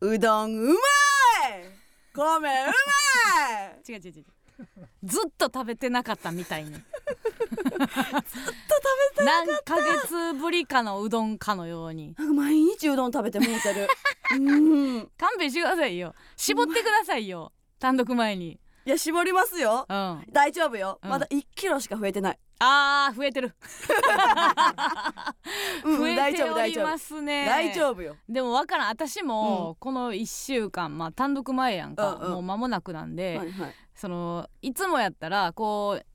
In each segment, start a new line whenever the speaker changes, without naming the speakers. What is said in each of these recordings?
うどんうまい米うまい
違う違う違うずっと食べてなかったみたいにずっと食べてなかった何ヶ月ぶりかのうどんかのように
なんか 毎日うどん食べてもうてるうん
勘弁してくださいよ絞ってくださいよ単独前に
いや絞りますよ
うんあ
大丈夫よ、
うん
まだ1キロしか増えてない、
ー増えてる
うん、
増え
大
て
丈夫
お
大
り
丈夫、
ますね
大丈夫よ
でもわからん私
う
もこの1週間まあ単独前やんか、
うんうん
もう間もなくなんで、
はいはい
そのいつもやったらこう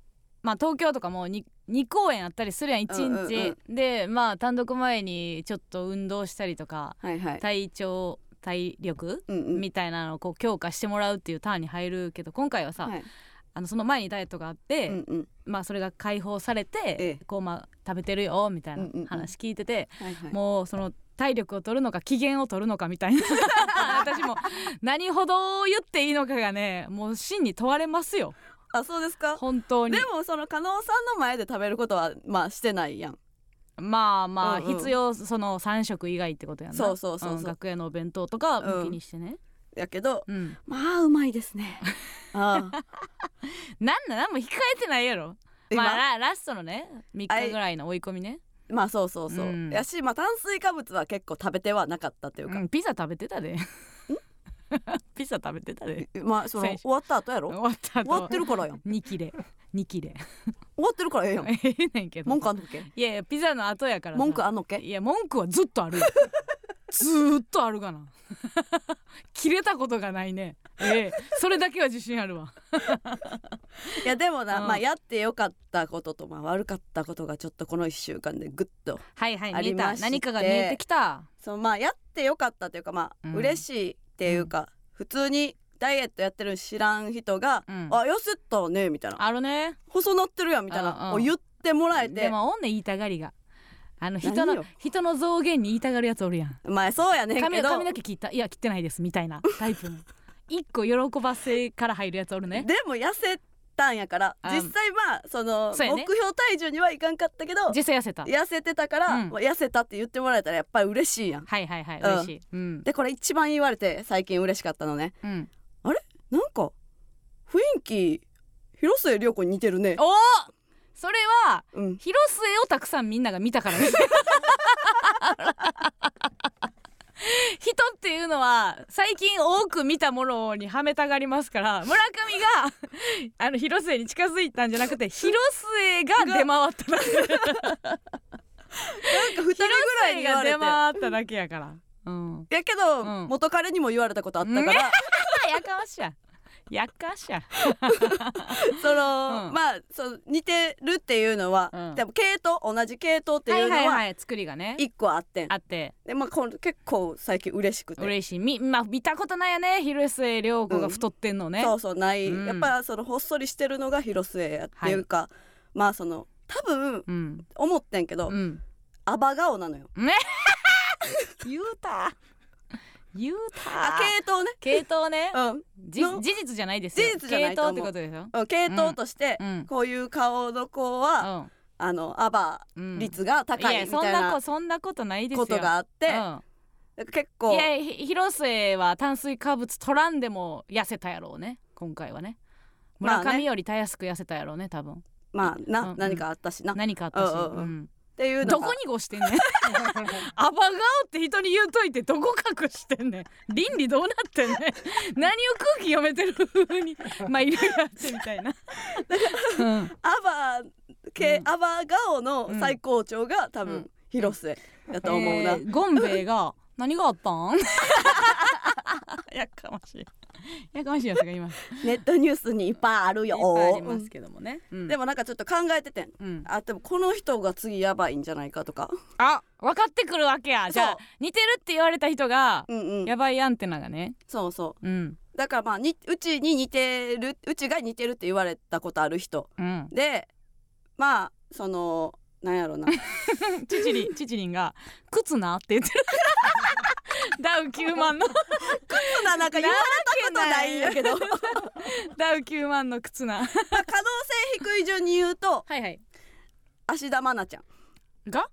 まあ東京とかも 2, 2公演あったりするやん1日、
うんうん
でまあ単独前にちょっと運動したりとか
はいはい
体調体力
うんうん
みたいなのをこう強化してもらうっていうターンに入るけど今回はさ、
はい
あのその前にダイエットがあって、
うんうん
まあそれが解放されて、
ええ
こうまあ食べてるよみたいな
うんうんうん
話聞いてて、
はいはい
もうその体力を取るのか機嫌を取るのかみ たいな私も何ほど言っていいのかがねもう真に問われますよ
あそうですか
本当に
でもその加納さんの前で食べることはまあしてないやん
まあまあ
うんうん
必要その3食以外ってことやな
そうそうそうそうん
楽屋のお弁当とか
うん
向きにしてね、
やけど
うん
まあうまいです ねああ
なんだ何も控えてないやろ
今
まあララストのね3日ぐらいの追い込みね、
まあそうそうそう、
うん
やしまあ炭水化物は結構食べてはなかったという
う
か、
ん、ピザ食べてたで ピザ食べてたで
まあその
先週
終わった後やろ
終わった
終わって
る
るからやん終
2切れ2切れ
わってるからええやん
ええねんけど
文句あんのっけ
いやいやピザの後やからさ
文句あんのっけ
いや文句はずっと あるよずーっとあるがな 切れたことがないねええそれだけは自信あるわ
いやでもな、
うん
まあやってよかったこととまあ悪かったことがちょっとこの1週間でグッと
はいはい
あ
見え
りま
た
して
何かが見えてきた
そのまあやってよかったというかまあ
うん
嬉しいっていうか、普通にダイエットやってる知らん人が「
うん
あ痩せたね」みたいな
あるね
「細なってるやん」みたいな、
うんうん
を言ってもらえ
で
て
もおんねん言いたがりがあの人
何
の
よ
人の増減に言いたがるやつおるやん
まあそうやねん
髪
け
の
ど
髪の毛切ったいや切ってないですみたいなタイ プの一個喜ばせから入るやつおるね
でも痩せたんやから
うん
実際まあその
そうやね
目標体重にはいかんかったけど、
実際痩せた
痩せてたから、
うん
まあ痩せたって言ってもらえたらやっぱり嬉しいやん。
はいはいはい
うん
嬉しいうん
でこれ一番言われて最近嬉しかったのね
うん
なんか雰囲気広末涼子に似てるね。
おおそれは
うん、
広末をたくさんみんなが見たからです 人っていうのは最近多く見たものにはめたがりますから村上があの広末に近づいたんじゃなく て広末が出回っただけ
なんか二人ぐらいに言わ
広
れ
末
て
が出。回っただけやから、うん、
やけど、
うん
元彼にも言われた ことあったから、
あやかましややかましや
その、
うん
まあその似てるっていうのは、
うん
でも系統同じ系統っていうの
はいはい
は
はい作りがね
一個あってん、
あって
でまあこの結構最近嬉しくて、
嬉しいみ、まあ、見たことないよね広末涼子が太ってんのね、
そうそうない、
うん
やっぱそのほっそりしてるのが広末やっていうか、まあその多分
うん
思ってんけど、
うん
アバ顔なのよ。
言うた言うた
あ系統ね。
系統ね
うん
じ事
の
実じゃないですよ
事実じゃないと思う
系統ってことでしょ
うん、系統として、
うん
こういう顔の子は、あのアバ
うんうん
率が高
い
い
や
み
そん
たい
なこ
な
そんなことないですよ
ことがあって、結
うん、
構
いやひ広末は炭水化物取らんでも痩せたやろうね今回はね
まあ
村
ね
上よりたやすく痩せたやろうね多分
まあな、
うん
何かあったしなっ
何かあったし、
うんうんうん
うん
ていうの
ど
が
こにごしてんね んアバ顔って人に言うといてどこ隠してんねん倫理どうなってんねん何を空気読めてる風にまあいろいろあってみた いな、 うん
アバ系、アバ顔の最高潮が多分、
うん
広末だと思うな、
えーゴンベイが「何があったん? 」 やかましいやかましいやつがいます
ネットニュースにいっぱいあるよ
けどもね、う
うん
ん
でもなんかちょっと考えててん
うん
あでもこの人が次やばいんじゃないかとか
あ分かってくるわけやじゃ
そう
あ似てるって言われた人が、
うんうん
やばいアンテナがね
そうそ
うん
うだからまあにうちに似てるうちが似てるって言われたことある人
うん
でまあそのなんやろ な
チチリンチチリンが「靴な」って言ってるダウ9万の
そんななんか言われたことないんやけど可能
ダウ9万の靴なは
性低い順に言うと
いはい
芦田愛菜ちゃん
が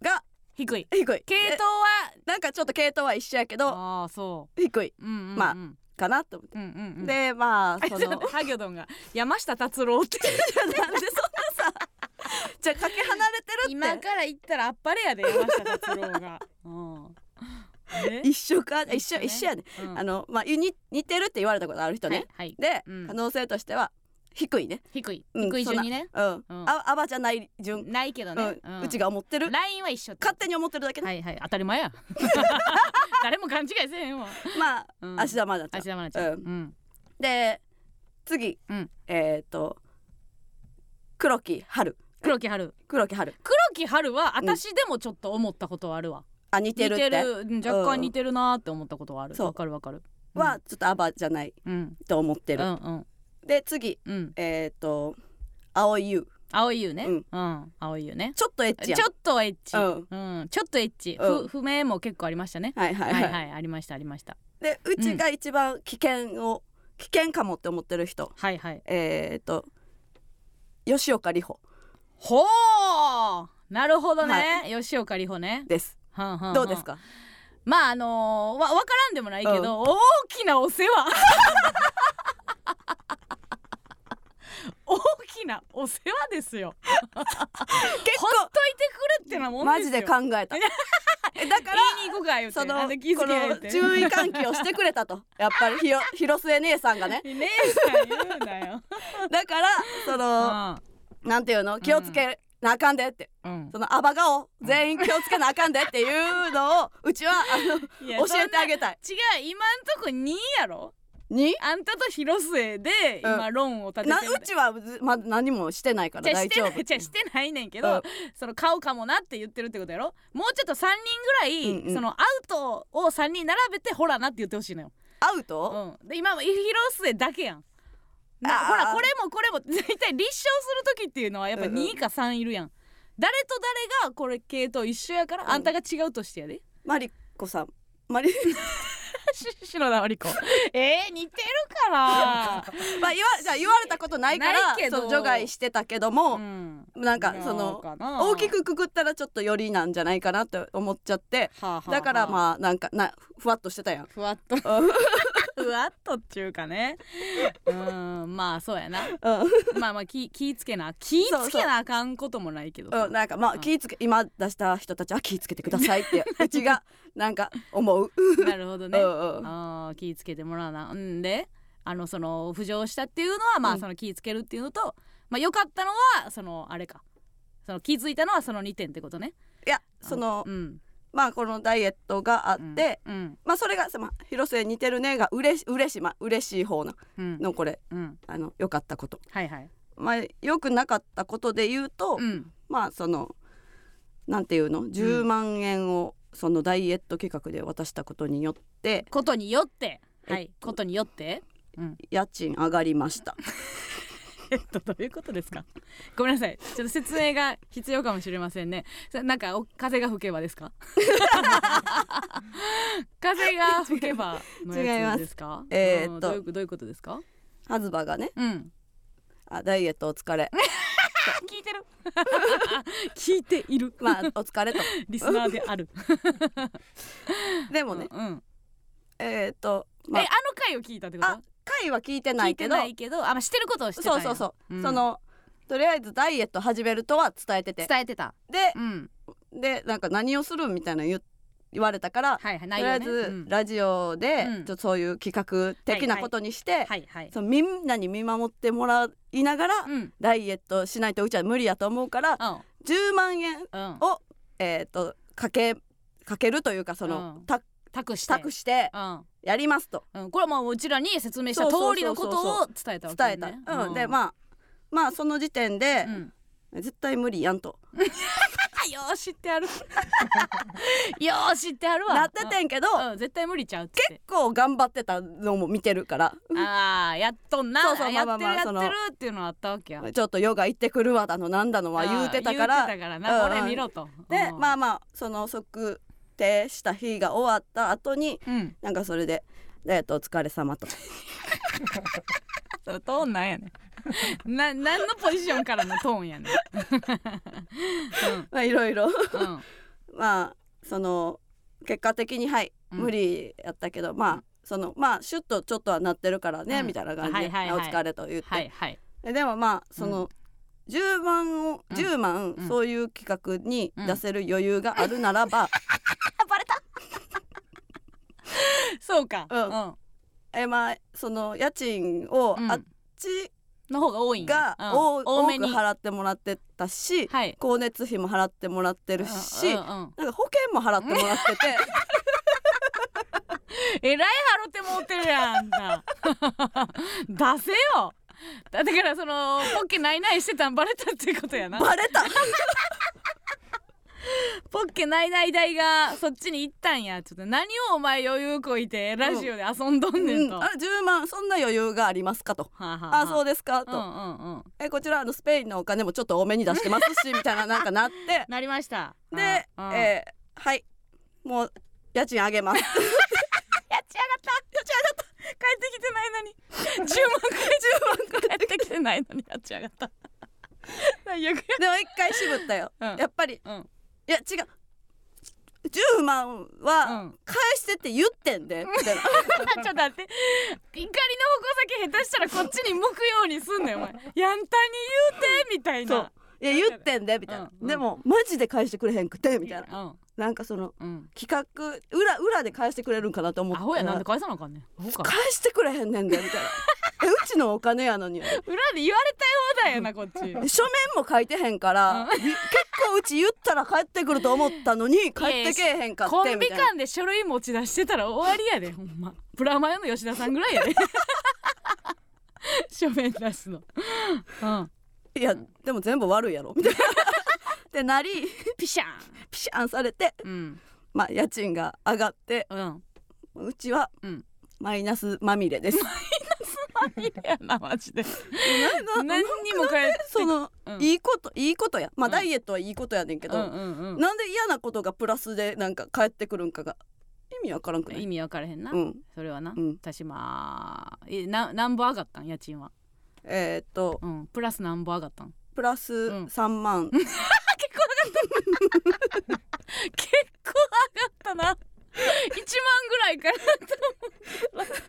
が
低い
低い
系
え
統は
なんかちょっと系統は一緒やけど
ああそ
低いう
うんうんうん
まあかなと思って、
うんうんうん
でまあそ
あちょっと
の
待ってハギョドンが山下達郎って
なんでそんな さじゃあかけ離れ
今
てるっ
から言ったらあっぱれやで山下達郎が うん
て一緒か一緒
ね
一緒やね、
うん
あのまあ似似てるって言われたことある人ね、
はい、はい、
で、
うん
可能性としては低いね
低い
うん
低い順にね
うん、
うん
あアバじゃない順、
ないけど
う
ね
ん、うちが思ってる
ラインは一緒って
勝手に思ってるだけね、
はいはい当たり前や 誰も勘違いせえへんわ
まあ
うん
芦田愛菜ちゃん
芦田愛菜ちゃ
う
んうん
で次、
うん
えっ、と黒木春
黒木春
黒木春
黒木春は私でもちょっと思ったことはあるわ
あ似て
似
るってて
るうん若干似てるなーって思ったことはある
そう
わかるわかる
はちょっとアバじゃない
うん
と思って
う
る、
んうん
で次
うん
えっ、と青い優
青い優ね
う
うん青い優ね
ちょっとエッチ
ち
やん
ょっとエッチ
うん
うんちょっとエッチ
うん
ふ不明も結構ありましたね
はいは
はい
はい、
いはいありましたありました
でうちが一番危険を、危険かもって思ってる人
はいはい
えっ、と吉岡里帆
ほうなるほどね吉岡里帆ね
です
はんはんはん
どうですか
まああのーわ分からんでもないけど、大きなお世話大きなお世話ですよ
結
ほっといてくれってなも
構
ん
マ
ですよ
ジで考えたえだから
言いに行こうか言うて
その
あ
この
んな気づけ言うて
注意喚起をしてくれたとやっぱりひろ広末姉さんがね
姉さん言うなよ
だから そのなんていうの気をつけなあかんでって
うん
そのアバ顔全員気をつけなあかんでっていうのをうちはあの
いや
教えてあげたい。
そんな違う今んとこ2やろ
に
あんたと広末で
うん
今論を立てて
な
る
うちはずまだ何もしてないから
じゃあ
大
して
丈
な
夫
いじゃあしてないねんけ
うん
どその買うかもなって言ってるってことやろもうちょっと3人ぐらい、
うんうん
そのアウトを3人並べてほらなって言ってほしいのよ、
アウト、
うん、で今も広末だけやんな
あー
ほらこれもこれも絶対立証する時っていうのはやっぱ
うんうん
2か3いるやん、誰と誰がこれ系統一緒やから、
うん
あんたが違うとして やで
マリコさんマリ
篠田麻里子 えー、似てるから、
まあ言わじゃあ言われたことないから
ないけど
そう除外してたけども、
ん、
なんかその
なんかな
大きくくくったらちょっとよりなんじゃないかなって思っちゃって
はあはあはあ
だからまあなんかなふわっとして たやん。
ふわっ
う
と
ん
ふわっとっちゅう かねうんまあそうやな
うん
まあまあ気気ぃつけな気ぃつけなあかんこともないけどさ
うん、なんかま
う
あ
ん
気ぃつけ今出した人たちは気ぃつけてくださいってうち がなんか思う。
なるほど
う
ね、あ
んうん
あー気ぃつけてもらうなんであのその浮上したっていうのはま
う
あ
ん
その気ぃつけるっていうのと、まあ良かったのはそのあれかその気づいたのはその2点ってことね
いやその
うん
まあこのダイエットがあって、
うんうん
まあそれがまあ広末似てるねがうれし嬉しいまあ嬉しい方の
うん
のこれ
うん
あの良かったこと。
はいはい
まあ良くなかったことで言うと、
うん
まあそのなんていうの10万円をそのダイエット計画で渡したことによって
ことによっては
えっ
いことによって
家賃上がりま した。
えっとどういうことですか。 ごめんなさい。ちょっと説明が必要かもしれませんね。そなんかお風が吹けばですか。 風が吹けばのやつですか。
違いますえーっと
うんどういうどういうことですか。
ハズバがね
うん。
あダイエットお 疲れ
聞いてる。聞いている。
まあお疲れと
リスナーで ある。
でもね、
うんうん。
えっ、とま
えあ
あ
の回を聞いたってこと
あ。回は聞いてな
聞い
い
て
けど
ないけど、あまあしてることをしてた
そ
ん
う
や。
そうそう、
ん
そのとりあえずダイエット始めるとは伝えてて
伝えてた。
で
うん。
でなんか何をするみたいなの言う言われたから、
はいはい。
とり
内
あ
容
え
ね
ず、
うん
ラジオで、
うん
ちょっとそういう企画的なことにして、
はいはい。
そのみんなに見守ってもらいながら、
うん。うん。
ダイエットしないとうちは無理やと思うから10万円
うん。
を、えー、とかけかけるというかその、
うん
た
託して。
託して
うん。
やりますと
うん、これはまあうちらに説明した通りのことを伝えたわけ
伝え
ね、
た、うん、でまあまあその時点で
う、ん、
絶対無理やんと
あよう知ってある よう知ってあるわ
なっててんけど、
うん、うん絶対無理ちゃうっつって
結構頑張ってたのも見てるから
ああやっとんな
そうそうま
や
あまあ
って
まあ
るやって
そ
る
の
っていうのはあったわけや
ちょっとヨガ行ってくるわだのなんだのは言うてたか
あー
ら
言うてたからな、
うんうん
これ見ろと
でま
あ
あまあその測定した日が終わった後に
うん
なんかそれで「えっとお疲れ様 と
そのトーンなんやねん な何のポジションからのトーンやねん
まあいろいろ
うん、うん
まあその結果的にはい
うん
無理やったけど、ま
う
あそのまあシュッとちょっとはなってるからね、
うん
みたいな感じで、
はいはいはい
お疲れと言って、
はいはい
ででもまあその、10万を
うん
10万、
うん
そういう企画に出せる余裕があるならば、
あバレたそうか
うんえまあその家賃を
うん
あっち
の方が多いんや
が
うん
多,、
多め
く
に
払ってもらってたし、
はい
光熱費も払ってもらってるし、
うんうんうん
なんか保険も払ってもらってて
えらいハロテ持ってるやんあんな 出せよだだからそのポッケないないしてたんバレたっていうことやな
バレた
ポッケないない代がそっちに行ったんやちょっと何をお前余裕こいてラジオで遊んどんねんと、
う
は
あ10万そんな余裕がありますかと。
あは
あそう
う
ですかと、
うんうんうん
えこちらあのスペインのお金もちょっと多めに出してますしみたいななんかな って
なりました
で、
うんうん
えーはいもう家賃上げます
やっちやがったやっちやがった帰ってきてないのに 10万回10万回帰ってきてないのにやっちやがった 最悪や
でも一回渋ったよ、
うん
やっぱり
うん
いや違う10万
う
は
ん
返してって言ってんで、みたい な
ちょっと待って怒りの矛先下手したらこっちに向くようにすんねんお前やんたに言うてみたい
そ
な
ういや言ってんでみたいな、
うんうん
でもマジで返してくれへんくてみたいな
うん
なんかその
うん
企画裏裏で返してくれるんかなと思っ
ア
たら
ホやなんで返さなあかんねんアホか
返してくれへんねんでみたいな えうちのお金やのに
裏で言われたようだよなこっち
書面も書いてへんから、み 結構うち言ったら帰ってくると思ったのに帰ってけえへんかっ
コ
て
ン
み
ビ
たいな
間で書類持ち出してたら終わりやでほんまプラマヨの吉田さんぐらいやで 書面出すのうん
いやでも全部悪いやろみたいな ってなり
ピシャン
ピシャンされて、
うん
まあ、家賃が上がって
うん
うちは
うん
マイナスまみれ です。
いいやなマジで
なな
何にも返って
その、
うん
いいこといいことやまあ、
うん
ダイエットはいいことやねんけど、
うんうん
なんで嫌なことがプラスでなんか返ってくるんかが意味わからんく
う
なんい
意味わからへんな
うん、
それはな、
うん
私まあえな何ぼ上がったん家賃は、
えーっと
うん、プラス何ぼ上がったん
プラス
うん
3万、
結構上がったな1万ぐらいかなと思ったプラス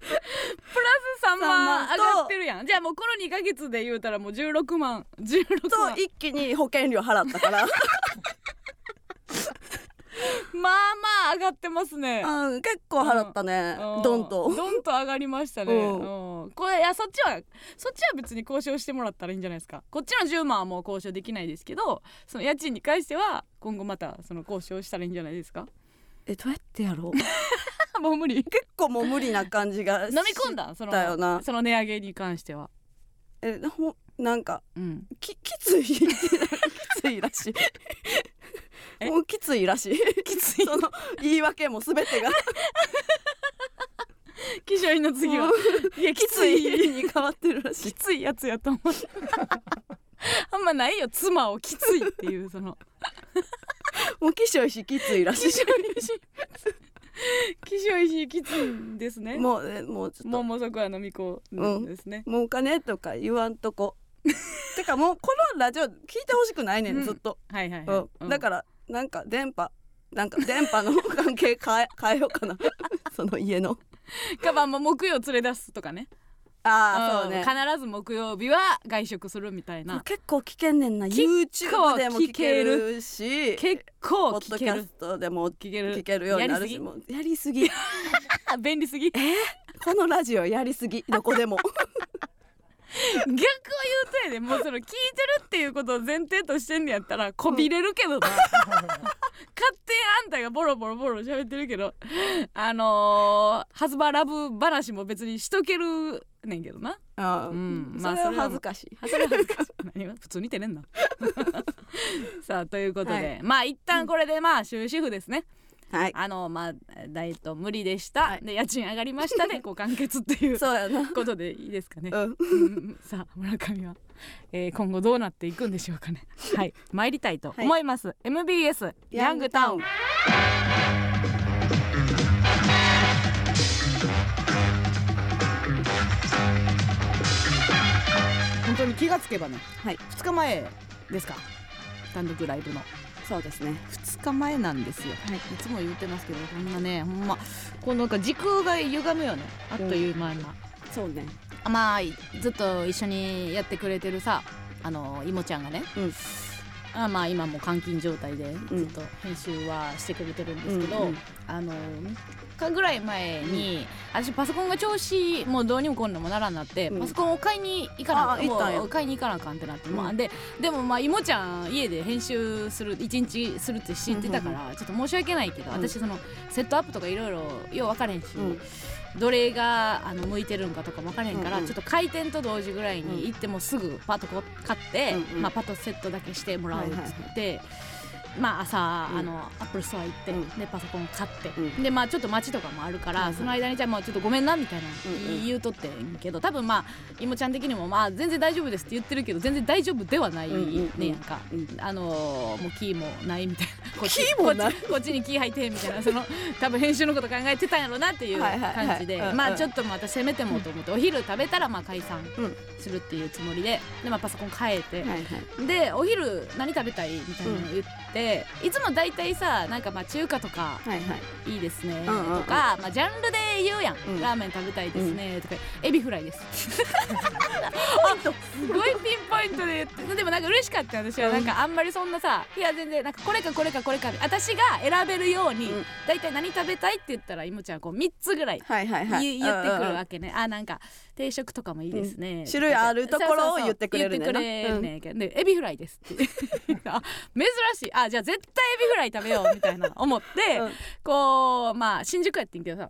3
三
万上
万と
がってるやんじゃあもうこの2ヶ月で言うたらもう16万16
と
万
一気に保険料払ったから
まあまあ上がってますね
うん結構払ったね、
うん
ドンと
どんと上がりましたね、
うん
うんこれいやそっちはそっちは別に交渉してもらったらいいんじゃないですかこっちの10万はもう交渉できないですけどその家賃に関しては今後またその交渉したらいいんじゃないです か
えどうやってやろう結
もう無理
構もう無理な感じが
飲み込んだその
だよな
その値上げに関しては
えほなんか
うん
ききついきついらし
え
いもうきついらしい
きつい
その言い訳も全てが
気象院の次は
も
いやき
き
つ
つ
い
いに変わってるらしい
きついやつやと思う あんまないよ妻をきついっていうその
もうきしょいし きついらし
気象石気象石きついんです
い
ね
もうえもうちょっと
もうもうそこは飲み子
うん
ですね、
もうお金とか言わんとこてかもうこのラジオ聞いてほしくないねん、
うん
ずっと、
はいはい、
うん
はいうん
だからなんか電波なんか電波の関係変え 変えよう かなその家の
カバンも木曜連れ出すとかね
ああ、そうね
ん必ず木曜日は外食するみたいな
結構聞けんねんな
結構
YouTube でも聞けるし
結
ポ
構
ッド
聞
キ
け
ャ
る
ストでも
聞ける
聞けるようになる
やりすぎ
しもうやりす ぎ
あ便利すぎ
このラジオやりすぎどこでも
逆を言うとやでもうその聞いてるっていうことを前提としてんねやったらこびれるけ どな勝手にあんたがボロボロボロ喋ってるけどあのー、ハズバラブ話も別にしとけるねんけどな
あー、
うんま
それ
あそ
は
れは
恥ずかしい
あそれは恥ずかしい何が普通に照れんなさあということで、
はい
まあ一旦これでまあ終止符ですね、
はい
あのまあダイエット無理でした、
はい
で家賃上がりましたでこう完結っていう
そうやな
ことでいいですかね、
うん
うんさあ村上は、えー今後どうなっていくんでしょうかねはい参りたいと思います、MBS ヤングタウン
本当に気がつけばね、
はい
2日前ですか
単独ライブの
そうですね
2日前なんですよ、い、つも言ってますけどこんなねほんまこうなんか時空が歪むよねあっという間に、
そうね
あまあずっと一緒にやってくれてるさあのいもちゃんがね、
うん
あまあ今も監禁状態で
ん
ずっと編集はしてくれてるんですけど、
うんうん
あの3日ぐらい前に、私パソコンが調子もうどうにもこんにもならんなって、
うん
パソコンを買いに行かな
あ行ったんや
もう買いに行かなあかんってなって、ま
う
あ、
ん
ででもまあいもちゃん家で編集する一日するって知ってたから、ちょっと申し訳ないけど、
ん
私そのセットアップとかいろいろよう分かれへんし、
うん
どれがあの向いてるんかとかも分からへんから、
うんうん
ちょっと開店と同時ぐらいに行ってもうすぐパッとこう買って、
うんうん
まあ、パッとセットだけしてもらうっつって、まあ、朝、
うん
あのアップルストア行って、
うん
でパソコン買って、
うん
でまあ、ちょっと待ちとかもあるから、
はいはい
その間にじゃあもうちょっとごめんなみたいな
うんうん
言うとってんけど、多分まあいもちゃん的にも、まあ、全然大丈夫ですって言ってるけど全然大丈夫ではない
うんうんうん
ねやんか。
うん
あのーもうキーもないみたいなこっち
キーもない
こっちこっちにキー入ってみたいなその多分編集のこと考えてたんやろうなっていう
はいはいはい
感じで
うんうん
まあちょっとまたせめてもと思ってお昼食べたらまあ解散
うん
するっていうつもりでで、まあ、パソコン変えて
はいはい
でお昼何食べたいみたいなの言って、いつも大体さなんかまあ中華とか
はいはい
いいですねと
うんうんうん
か、まあ、ジャンルで言うやん、
うん
ラーメン食べたいですねとか、エビフライです すごいピンポイントで言ってでもなんか嬉しかったよ私はなんかあんまりそんなさいや全然なんかこれかこれかこれか私が選べるように、
うん
大体何食べたいって言ったらいもちゃんはこう3つぐらい
はいはい
言,、
はい
言ってくる
うんうん
わけね、あなんか定食とかもいいです
う
ね、
ん種類あるところを言ってくれるね
ね
んな
言ってくれんねんけど、でエビフライですって あ珍しいあじゃあ絶対エビフライ食べようみたいな 思って、
うん
こうまあ新宿やってんけどさ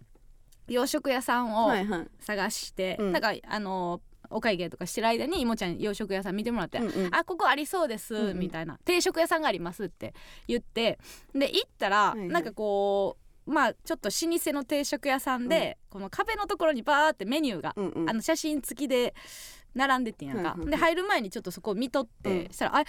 洋食屋さんを
はいはい
探して、
うん
なんかあのお会計とかしてる間にいもちゃん洋食屋さん見てもらって、
うんうん
あここありそうです、
うんうん
みたいな定食屋さんがありますって言ってで行ったら、
はいはい
なんかこうまあちょっと老舗の定食屋さんで、この壁のところにバーってメニューが、
うんうん
あの写真付きで並んでってんやんか、
はいはい
で入る前にちょっとそこを見とって、
うん
したら「あ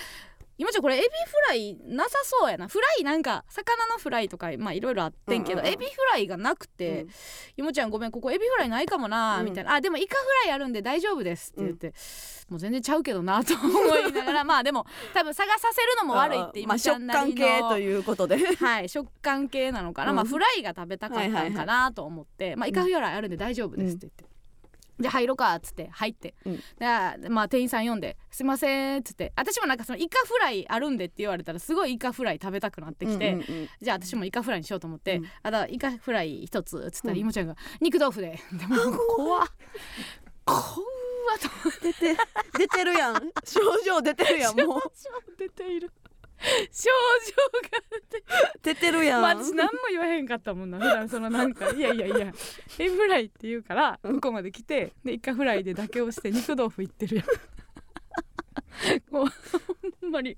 今ちゃんこれエビフライなさそうやなフライなんか魚のフライとかまあいろいろあってんけど、
うんうんうん
エビフライがなくて、
うん
ゆもちゃんごめんここエビフライないかもな」
うん
みたいな「あでもイカフライあるんで大丈夫です」って言って、もう全然ちゃうけどなと思いながらまあでも多分探させるのも悪いっ
あま
て今
あ
ちゃん
食
な
感
りの、
系ということ で
はい食感系なのかな、
うん
まあフライが食べたかった
はい
ん
は
か
い
なと思って「まあ、イカフライあるんで大丈夫です」って言って。で入ろうかっつって入って、
うん
でまあ、店員さん呼んで「すいません」っつって私もなんかそのイカフライあるんでって言われたらすごいイカフライ食べたくなってきて、
うんうんうん
じゃあ私もイカフライにしようと思って、
うん
あだイカフライ一つっつったら、
うん
いもちゃんが「肉豆腐で」でも怖っ怖っと思って
出て出てるや ん症状出てるやんもう
症状出て いる症状が
出てるやん、
まあ私何も言わへんかったもんな普段そのな んか「いやいやいやエビフライ」って言うから向こうまで来てでイカフライで妥協して肉豆腐いってるや んもうほんまに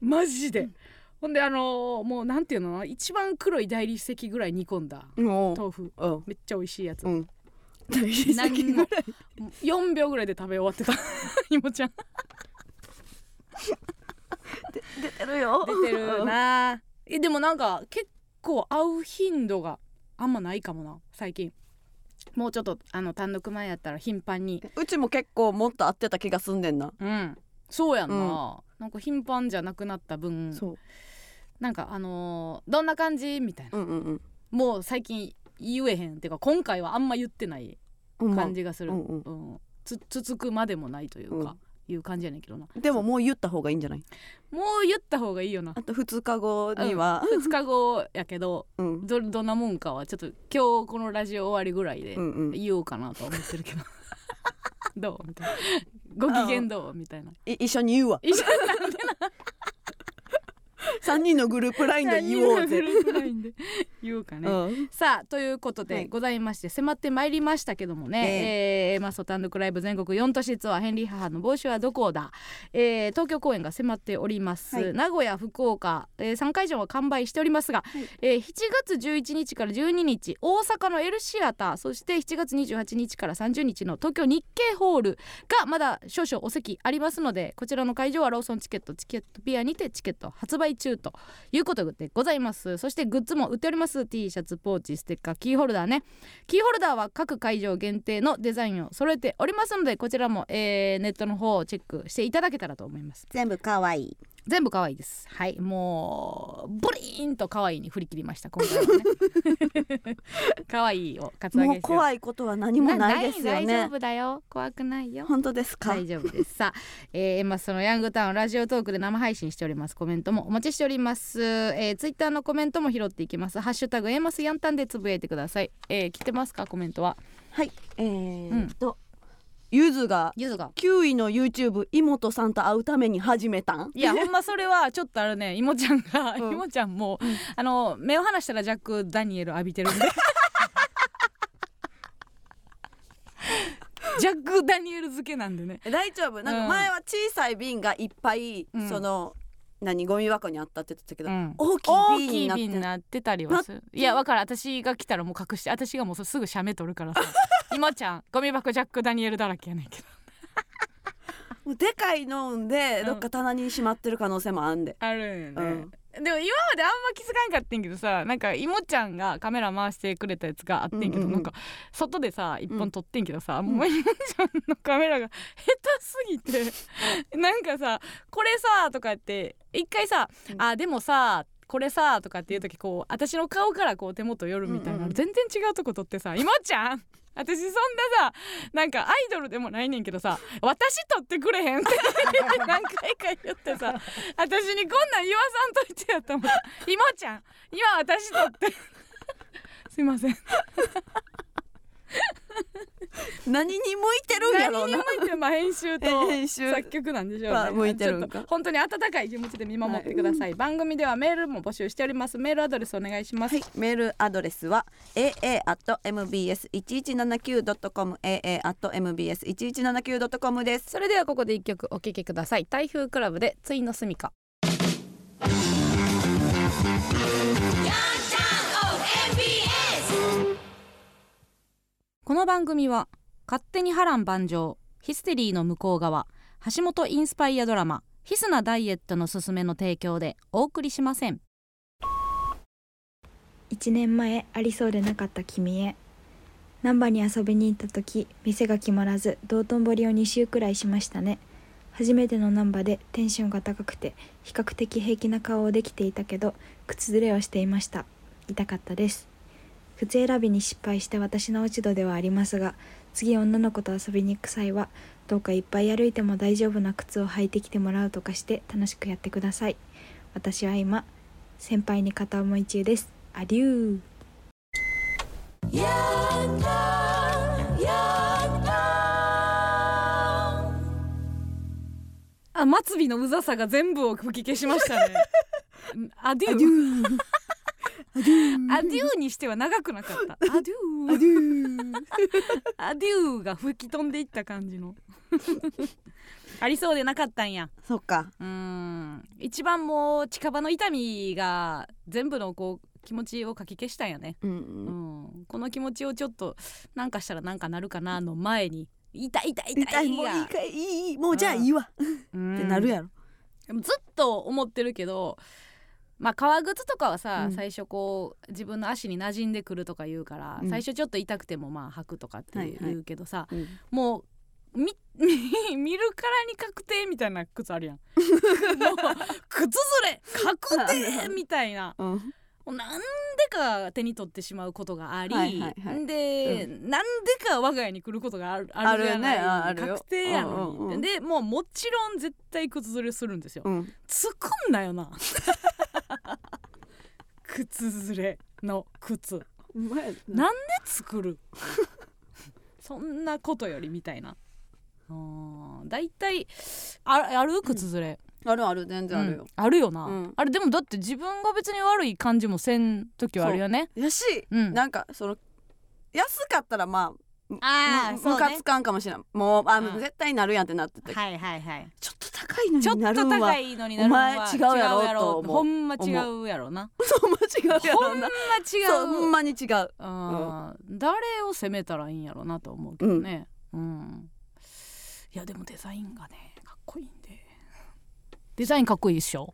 マジでほんであのーもうなんていうの一番黒い大理石ぐらい煮込んだ
も
豆腐
ううん
めっちゃ美味しいやつ
うん大理石
何
ぐ
も
らい
4秒ぐらいで食べ終わってた いもちゃん
出てるよ
出てるな えでもなんか結構会う頻度があんまないかもな最近もうちょっとあの単独前やったら頻繁に
うちも結構もっと合ってた気がすんねんな、
うんそうやんな、なんか頻繁じゃなくなった分
そう
なんかあのーどんな感じみたいな
うんうんうん
もう最近言えへんっていうか今回はあんま言ってない
ほんま
感じがする、
うんうん
うんつつつくまでもないというか、いう感じやねんけどな
でももう言った方がいいんじゃない
もう言った方がいいよな
あと2日後には、
2日後やけど
うん
どどんなもんかはちょっと今日このラジオ終わりぐらいで
うんうん、い
言おうかなとは思ってる けどどうみたいなご機嫌どうみたいな
一緒に言うわ
一緒
3人のグループラインで言おうぜ、
ぐらいで言おうかね、
うん
さあということ
は
で
い
ございまして、迫ってまいりましたけどもね、
え
えーマスト単独ライブ全国4都市ツアーヘンリー母の帽子はどこだ、えー東京公演が迫っております、
はい
名古屋福岡、え3会場は完売しておりますが、
い
えー7月11日から12日大阪のエルシアターそして7月28日から30日の東京日経ホールがまだ少々お席ありますのでこちらの会場はローソンチケットチケットピアにてチケット発売中ということでございますそしてグッズも売っております T シャツポーチステッカーキーホルダーねキーホルダーは各会場限定のデザインを揃えておりますのでこちらも、えーネットの方をチェックしていただけたらと思います
全部かわいい
全部可愛いですはいもうブリーンと可愛いに振り切りました今回はね 可愛いをカツアゲ
も
し
う
てよ
怖いことは何もないですよ
な大
ね
丈夫だよ怖くないよ
本当ですか
大丈夫ですさあ、えー、まあそのヤングタウンラジオトークで生配信しておりますコメントもお待ちしております、えー、ツイッターのコメントも拾っていきますハッシュタグエマスヤンタンでつぶやいてくださいえー、来てますかコメントは
はいえー、っと、ゆずが
ゆずが
9位の YouTube 妹さんと会うために始めたん
いやほんまそれはちょっとあれねいもちゃんが、
うん
いもちゃんもあの目を離したらジャック・ダニエル 浴びてるんでジャック・ダニエル漬けなんでね
大丈夫なん
うん
か前は小さい瓶がいっぱい、
うん
その何ゴミ箱にあったって言ってたけど、
うん
大
大
きい
きい
瓶
瓶
に
に
なって
なってたりはするいやわからん私が来たらもう隠して私がもうすぐ写メ撮 るからさいもちゃんゴミ箱ジャック・ダニエルだらけやねんけど
もうでかいのんで、
うん
どっか棚にしまってる可能性もあんで
あるんよね、でも今まであんま気づかんかってんけどさなんかいもちゃんがカメラ回してくれたやつがあってんけど、
うんうんうん
なんか外でさ一
う
本
ん
撮ってんけどさ、もういもちゃんのカメラが下手すぎて なんかさ「これさ」とかって一回さ「
うん
あでもさ」これさとかっていう時こう私の顔からこう手元寄るみたい
うん
な、
うんうん
全然違うとこ撮ってさ「いもちゃん私そんなさなんかアイドルでもないねんけどさ私撮ってく れへん」って何回か言ってさ私にこんなん言わさんといてやと思った「いもちゃん今私撮って」 すいません
何に向いてるんやろ
何
う
に
な
向いても編集と
編集
作曲なんでしょう
まあ
ね
向いてるんか
ちょっと本当に温かい気持ちで見守ってください、番組ではメールも募集しておりますメールアドレスお願いします、
はい、メールアドレスは aa.mbs1179.com aa.mbs1179.com です
それではここで一曲お聴きください台風クラブでついの住みかこの番組は勝手に波乱万丈ヒステリーの向こう側橋本インスパイアドラマヒスなダイエットのすすめの提供でお送りしません
1年前ありそうでなかった君へ難波に遊びに行った時店が決まらず道頓堀を2周くらいしましたね初めての難波でテンションが高くて比較的平気な顔をできていたけど靴ずれをしていました痛かったです靴選びに失敗した私の落ち度ではありますが次女の子と遊びに行く際はどうかいっぱい歩いても大丈夫な靴を履いてきてもらうとかして楽しくやってください私は今先輩に片思い中ですアデュー
あ末尾のうざさが全部を吹き消しました ねアデューアデュ ーにしては長くな かったアデューアデューが吹き飛んでいった感じの ありそうでなかったんや
そっか
うーん一番もう近場の痛みが全部のこう気持ちをかき消したんやね、
うん
う
うん
ん、この気持ちをちょっとなんかしたらなんかなるかなの前に痛い痛い痛いが
痛いもういいかいいいいもうじゃあ
うん
いいわ
うん
ってなるやろ
でもずっと思ってるけどまあ革靴とかはさ、
うん
最初こう自分の足に馴染んでくるとか言うから、
うん
最初ちょっと痛くてもまあ履くとかって
はいはい
言うけどさ、
うん
もうみ 見るからに確定みたいな 靴あるやんもう靴ずれ確定みたいな
うん
もうなんでか手に取ってしまうことがあり、
はいはいはい
で、なんでか我が家に来ることがあるあるじゃない
あるねああるよ
確定やのに、
うんうんうん
でもうもちろん絶対靴ずれするんですよ、
うん
つくんなよな 靴ずれの靴で
うまい
な
な
作るそんなことよりみたいなあーだいたいあある靴ずれ、
あるある全然ある
う
よ
ん、あるよな、
うん
あれでもだって自分が別に悪い感じもせん時はあるよね
やし
うん
なんかその安かったらまあ
あ
むむかつかんかもしれんもうあ
うん
絶対なるやんってなってたけど
はいはいはい
ちょっと高いの
ちょっ
になる
と
ん
高
はい
のになるのは
お前違うやろと思う
ほんま違うやろな
そう間違うや
ほ
ろ
ん
うな
ま違
そうほ
うん
まに違う
あー誰を責めたらいいんやろうなと思うけどね、うんいやでもデザインがねかっこいいんでデザインかっこいいっしょ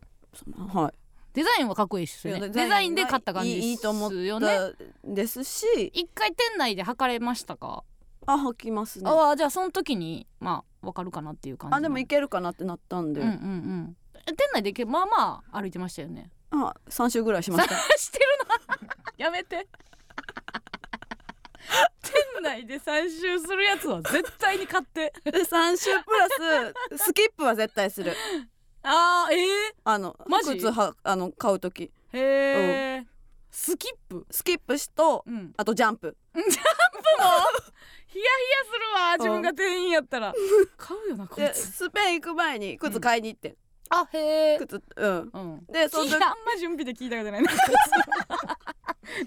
はい
デザインはかっこいいっすよ
い
ね
や
デザインで買った感じ
いいいいと思
っ
っ
すよね
たですし
一回店内で測れましたか、
あ履きますね
ああじゃあその時にまあわかるかなっていう感じ
あでもいけるかなってなったんで、
うんうんうん店内でけまあまあ歩いてましたよね
あ3週ぐらいしました
してるな やめて店内で3周するやつは絶対に買って
で3週プラススキップは絶対する
あーえ
あの
マジ
靴はあの買う時
ー、へえスキップ
スキップしと
うん
あとジャンプ
ヒヤヒヤするわ自分が店員やったら 買うよなこい
で
つ
スペイン行く前に靴買いに行って、
あへえ
靴うん
うん
でその
い
時
やあんま準備で聞いたことない な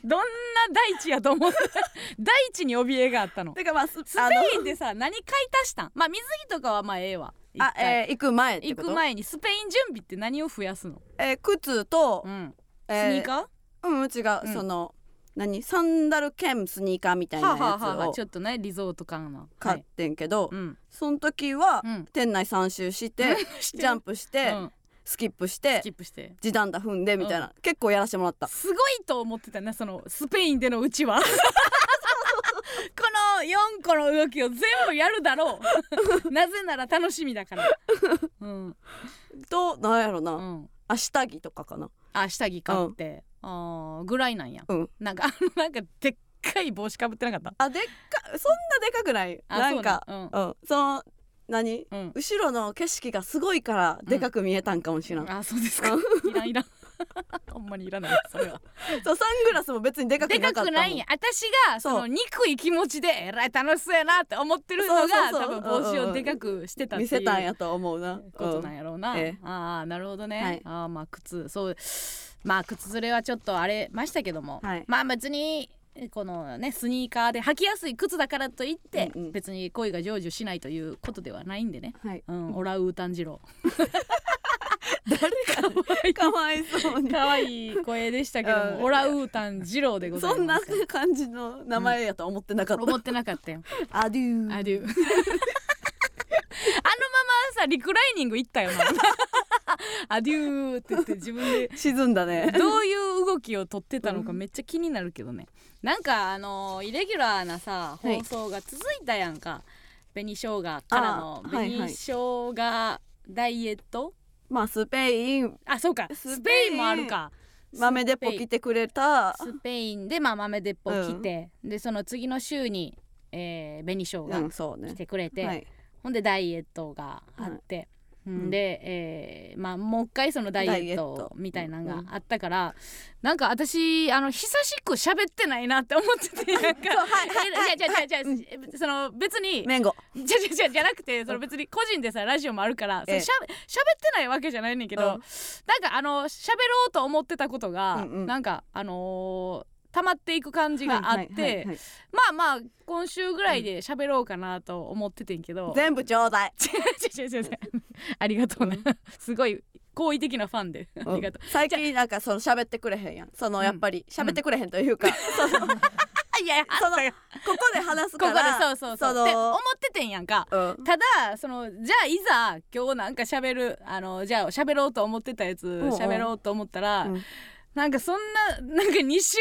どんな大地やと思って 大地に怯えがあったの
てかまあス
ス
あ
ペインでさ何買い足したんまあ水着とかはまあええわ
のあ、
一回
えー行く前って
行
こ
く
と
前にスペイン準備って何を増やすの、
えー靴と、
うん、スニ
え
ーカ
う
ー、
ん違う、
うん
その何サンダル兼スニーカーみたいな
はあ、
や
はあ
つ
はあはあ、
を
ちょっとねリゾート感のは
買っ
い
てんけど、
うん
その時は、
うん
店内3周 してジャンプして、
うん
スキップし
ス
て
キップして
時短だ踏んでみたいな、結構やらせてもらった
すごいと思ってたなそのスペインでのうちは この4個の動きを全部やるだろ うなぜなら楽しみだからうん、
となんやろな、
うん、
あ下着とかかな
あ下着買って、あーぐらいなんや、
うん
なんかあ のなんかでっかい帽子かぶってなかった
あでっかそんなでかくない
あ
なんか
そうなん
うん、その何
うん
後ろの景色がすごいからでかく見えたんかもしれん、
あそうですか
う
いらんい らんほんまにいらないそれは
そうサングラスも別にでかく
で
なか
か
ったも
く
ん
ないんや私が
そう
その憎い気持ちでえらい楽しそうやなって思ってるのが
そうそうそう
多分帽
うんうん
子
うん
をでかくしてたっ
見
ていう
せたんやと思うな
ことなんやろうな、
うんええ
ああなるほどね、
はい
ああまあ靴そうまあ靴ずれはちょっとあれましたけども、
はい
まあ別にこのねスニーカーで履きやすい靴だからといって、
うんうん
別に恋が成就しないということではないんでね、
うんはい
うん、オラウータン 二郎
かわいそうに
可愛い声でしたけども、
うん
オラウータン二郎でござ
そ
い
ん
ま
な
す
感じの名前やとは思ってなかった、
思ってなかったよ
アデュー
アデュー あのままさリクライニング行ったよな アデューって言って自分で
沈んだね
どういう動きを取ってたのかめっちゃ気になるけどね、なんかあのーイレギュラーなさ
はい
放送が続いたやんか、紅生姜からの
あはい
紅生姜ダイエット、
まあスペイン
あそうか
スペイン
スペインもあるか
豆鉄砲来てくれた
スペインでまあ豆鉄砲来て、でその次の週に、えー、紅生姜
うんそう
来
ね
てくれて、
はい
ほんでダイエットがあって、うんで、えーまあ、もう一回そのダイエッ
ダイエッ
ト
ト
みたいなのがあったから、なんか私あの久しく喋ってないなって思って てなんかいやいやいやいやいやその別に
メンゴ
じゃじゃじゃじゃなくてその別に個人でさラジオもあるからそ
ええ
れしゃべしゃべってないわけじゃないねんけど、
うん
なんかあの喋ろうと思ってたことが、
うんうん
なんかあのー溜まっていく感じがあって、
はいはいはいはい
まあまあ今週ぐらいで喋ろうかなと思っててんけど、
全部ちょうだい
違う違う違う違うありがとうな、すごい好意的なファンでありがとう、
最近なんかその喋ってくれへんやんそのやっぱり喋ってくれへんというか、そのこ
あいやいやあ
そのこで話す
こ
か
こ
ら
でそうそうそうって思っててんやんか
のうん
ただそのじゃあいざ今日なんか喋るあのじゃあ喋ろうと思ってたやつ
んうん
喋ろうと思ったら、
うん
なんかそんななんか2週間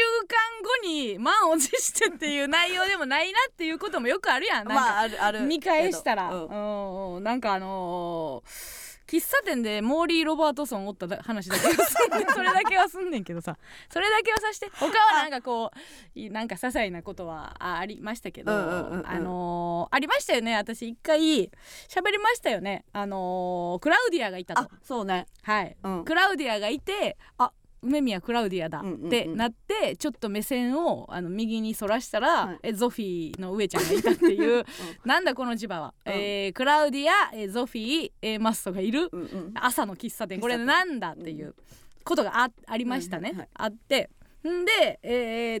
後に満を持してっていう内容でもないなっていうこともよくあるやんなんか、
まああるある
見返したら、
うん
うんうんなんかあのー喫茶店でモーリー・ロバートソンおっただ話だけはすん ねんそれだけはすんねんけどさそれだけはさして他はなんかこういなんか些細なことはあありましたけど、
うんうんうんうん
あのーありましたよね私一回喋りましたよねあのークラウディアがいた
あ
と。
そうね
はい
うん
クラウディアがいてあ梅宮クラウディアだ
うんうんうん
ってなって、ちょっと目線をあの右にそらしたら、
はい
えゾフィーの上ちゃんがいたっていう、 なんだこの磁場は、
うん
えークラウディア、えーゾフィー、えーマッソがいる
うんうん
朝の喫茶店これなんだっていうことがあありました
は
ね、
いはいはい
あってんで、え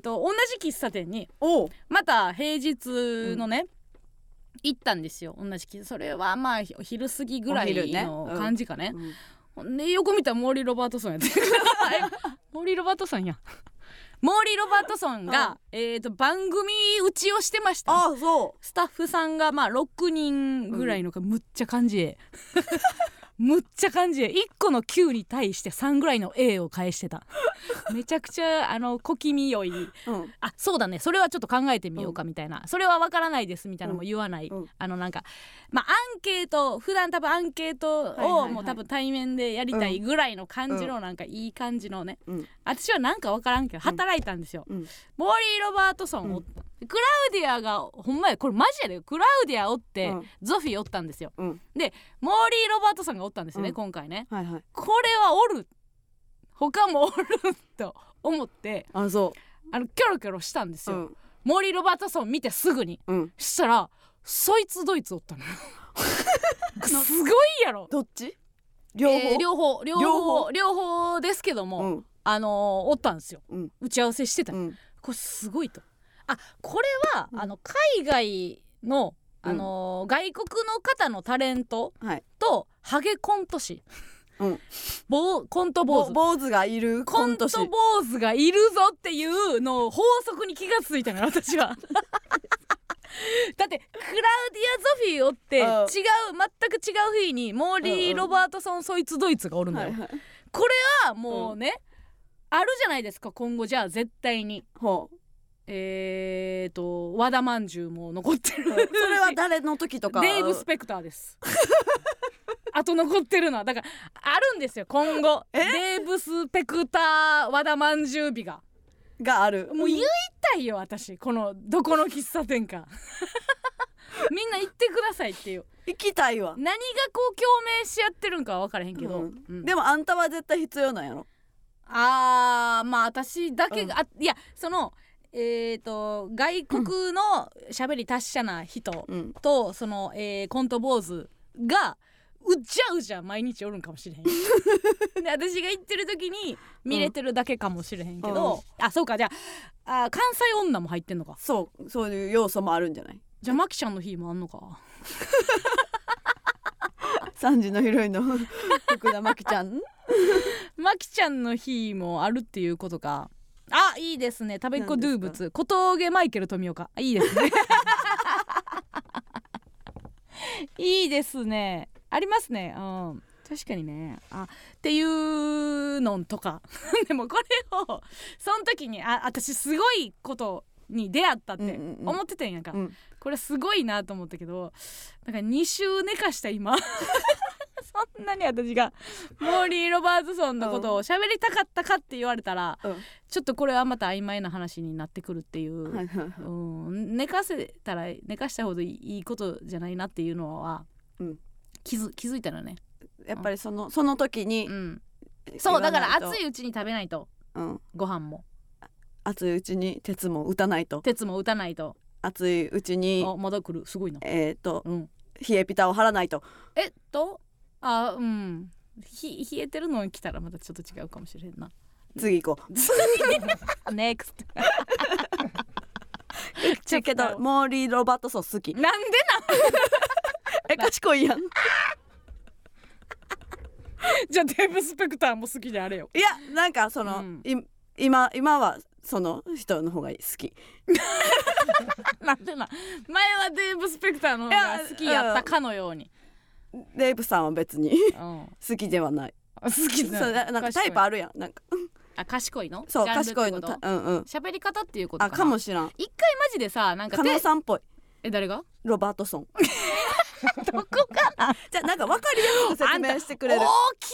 ー、と同じ喫茶店に
おう
また平日のね、行ったんですよ同じ喫茶それはまあお昼過ぎぐら
お
い
昼ね
の
うん
感じかね
うん
ほんで横見たらモーリー・ロバートソンやってえ モーリー・ロバートソンやモーリー・ロバートソン
う
が、えー、と番組打ちをしてました
あそう
スタッフさんがまあ6人ぐらいのか、むっちゃ感じええ むっちゃ感じ1個の9に対して3ぐらいの A を返してためちゃくちゃあの小気味よい
うん
あそうだねそれはちょっと考えてみようかみたいな、それはわからないですみたいなのも言わない、
うんうん
あのなんかまあアンケート普段多分アンケート
はいはいは
を
い
もう多分対面でやりたいぐらいの感じのなんかいい感じのね
うん
私はなんかわからんけど働いたんですよ、
うん
モーリー・ロバートソンおった、クラウディアがほんまやこれマジやでクラウディアおって、
うん
ゾフィーおったんですよ
うん
モーリー・ロバートソンがおったんですよね、
うん
今回ね
はいはい
これはおる他もおると思って
あそ
あのキョロキョロしたんです
うう
よ、
ん
モーリー・ロバートソン見てすぐに
うん
したらそいつドイツおったのよすごいやろ
どっち 両方、
えー両方両方両
両
方
方
ですけども、
うん
あのーおったんですよ、
うん
打ち合わせしてた、
うん
これすごいとあこれは、
うん
あの海外のあのー外国の方のタレント
はい
とハゲコント師、
うん
ぼうコント
ぼ
坊主
坊主がいる
コ
コ
ン
ン
ト
ト師
坊主がいるぞっていうのを法則に気がついたのよ私は。だってクラウディア・ゾフィーおって違
うん
う全く違う日にモーリ
う
ー・
んうん
ロバートソン・そいつドイツがおるの
は
よ
い。はい
これはもうね、あるじゃないですか今後じゃあ絶対に。
ほう
えーと和田まんじゅうも残ってる
それは誰の時とか
デーブ・スペクターです あと残ってるのはだからあるんですよ今後デーブ・スペクター和田まんじゅう日が
がある
もう言いたいよ私このどこの喫茶店か みんな行ってくださいっていう
行きたいわ
何がこう共鳴し合ってるんかは分からへんけど、
うん
うん
でもあんたは絶対必要なんやろ
あーまあ私だけが、
うん
あいやそのえっ、と外国の喋り達者な人
うん
と、その、えーコント坊主がうじゃうじゃ毎日おるんか もしれへんで私が行ってる時に見れてるだけかもしれへんけど、あそうかじゃああー関西女も入ってんのか
そうそういう要素もあるんじゃない
じゃあマキちゃんの日もあんのか
三時のヒロ インの福田真紀ちゃん
マキちゃんの日もあるっていうことかあいいですね食べっ子ドゥーブツ小峠マイケル富岡あいいですね いいですねありますねうん確かにねあっていうのんとか でもこれをその時にあ私すごいことに出会ったって
うんうんうん
思ってたんやんか、
うん
これすごいなと思ったけどなんか2週寝かした 今そんなに私がモーリー・ロバートソンのことを喋りたかったかって言われたら、
うん
ちょっとこれはまた曖昧な話になってくるっていう、
はいはいはい
うん、寝かせたら寝かしたほどいいいいことじゃないなっていうのは、
うん
気づ気づいたのね、
やっぱりそのその時に
うん、そうだから熱
い、
いうちに食べないと
うん、
ご飯も
熱いうちに鉄も打たないと
鉄も打たないと
熱いうちに
あまだ来るすごいな、
えっ、と
うん、
冷えピタを張らないと
えっとあうんひ冷えてるのに来たらまたちょっと違うかもしれんな
次行こう
NEXT
ちゃけどモーリー・ロバートソン好き
なんで
え賢いやんい
じゃあデーブ・スペクターも好きであれよ
やなんかその、
うん
い今今はその人の方が好きい
なんでな前はデーブ・スペクターの方が好きやったかのように、
レイプさんは別に
うん、
好きではない
好き
そうななんかタイプあるやんなんか
あ賢いの
そう
ジャンルって
賢いの
こと
たうんうん
喋り方っていうことか
あ
な
かもしらん
一回マジでさなんか
加納
て
さんっぽい
え誰が
ロバートソン
どこかな
じゃあなんか分かりやすく説明してくれる
大きい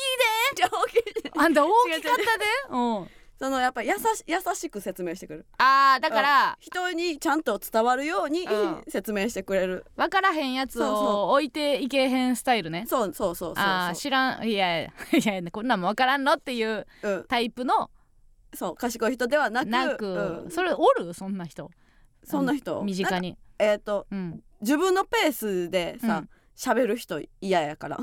じゃあ大きい
であんた大きかったでうん
そのやっぱ優し優しく説明してくる
あーだから
人にちゃんと伝わるように
うん
説明してくれる、
分からへんやつ
そうそ
を置いていけへんスタイルね
そうそうそうそう
あー知らんいやいやいやこんなんも分からんのっていう
そう、うん、
タイプの
そう賢い人ではなく
なく、
うん、
それおるそんな人
そんな人
身
な
近
んか
に
えっ、と
うん
自分のペースで
う
さ
ん
喋、る人嫌やから、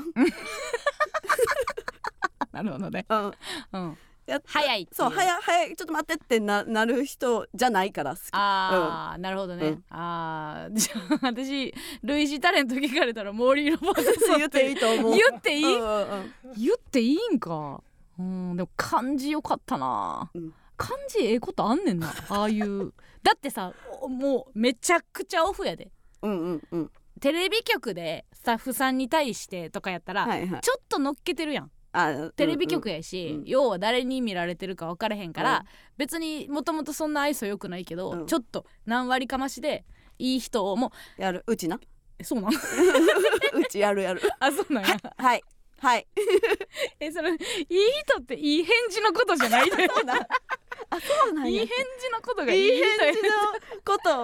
なるほどね、
うん、
うん、
やっ
早いっていう
そう早い早いちょっと待ってってななる人じゃないから好 き
ああ、なるほどね、
うん
ああ じゃあ私類似タレント聞かれたらモーリー・ロバ ート
う
ソ
ん、
ン
言
っ
っていい
て
と思う
言っていい、
うんうんうん
言っていいんかうんでも漢字よかったな、
うん
漢字ええことあん ねんなああいうだってさおもうめちゃくちゃオフやで
うんうんうん
テレビ局でスタッフさんに対してとかやったら、
はいはい
ちょっと乗っけてるやん
あ
テレビ局
や
やし、
うんうん
要は誰に見られてるか分からへんから、
うん
別にもともとそんな愛想良くないけど、
うん
ちょっと何割かましでいい人をもう
やるうちな
えそうなん
うちやるやる
あそうなんや
はいはい
えそれいい人っていい返事のことじゃないで
そうなんあそうなん
いい
や
返事のことがい
い
い
い
人や
返事の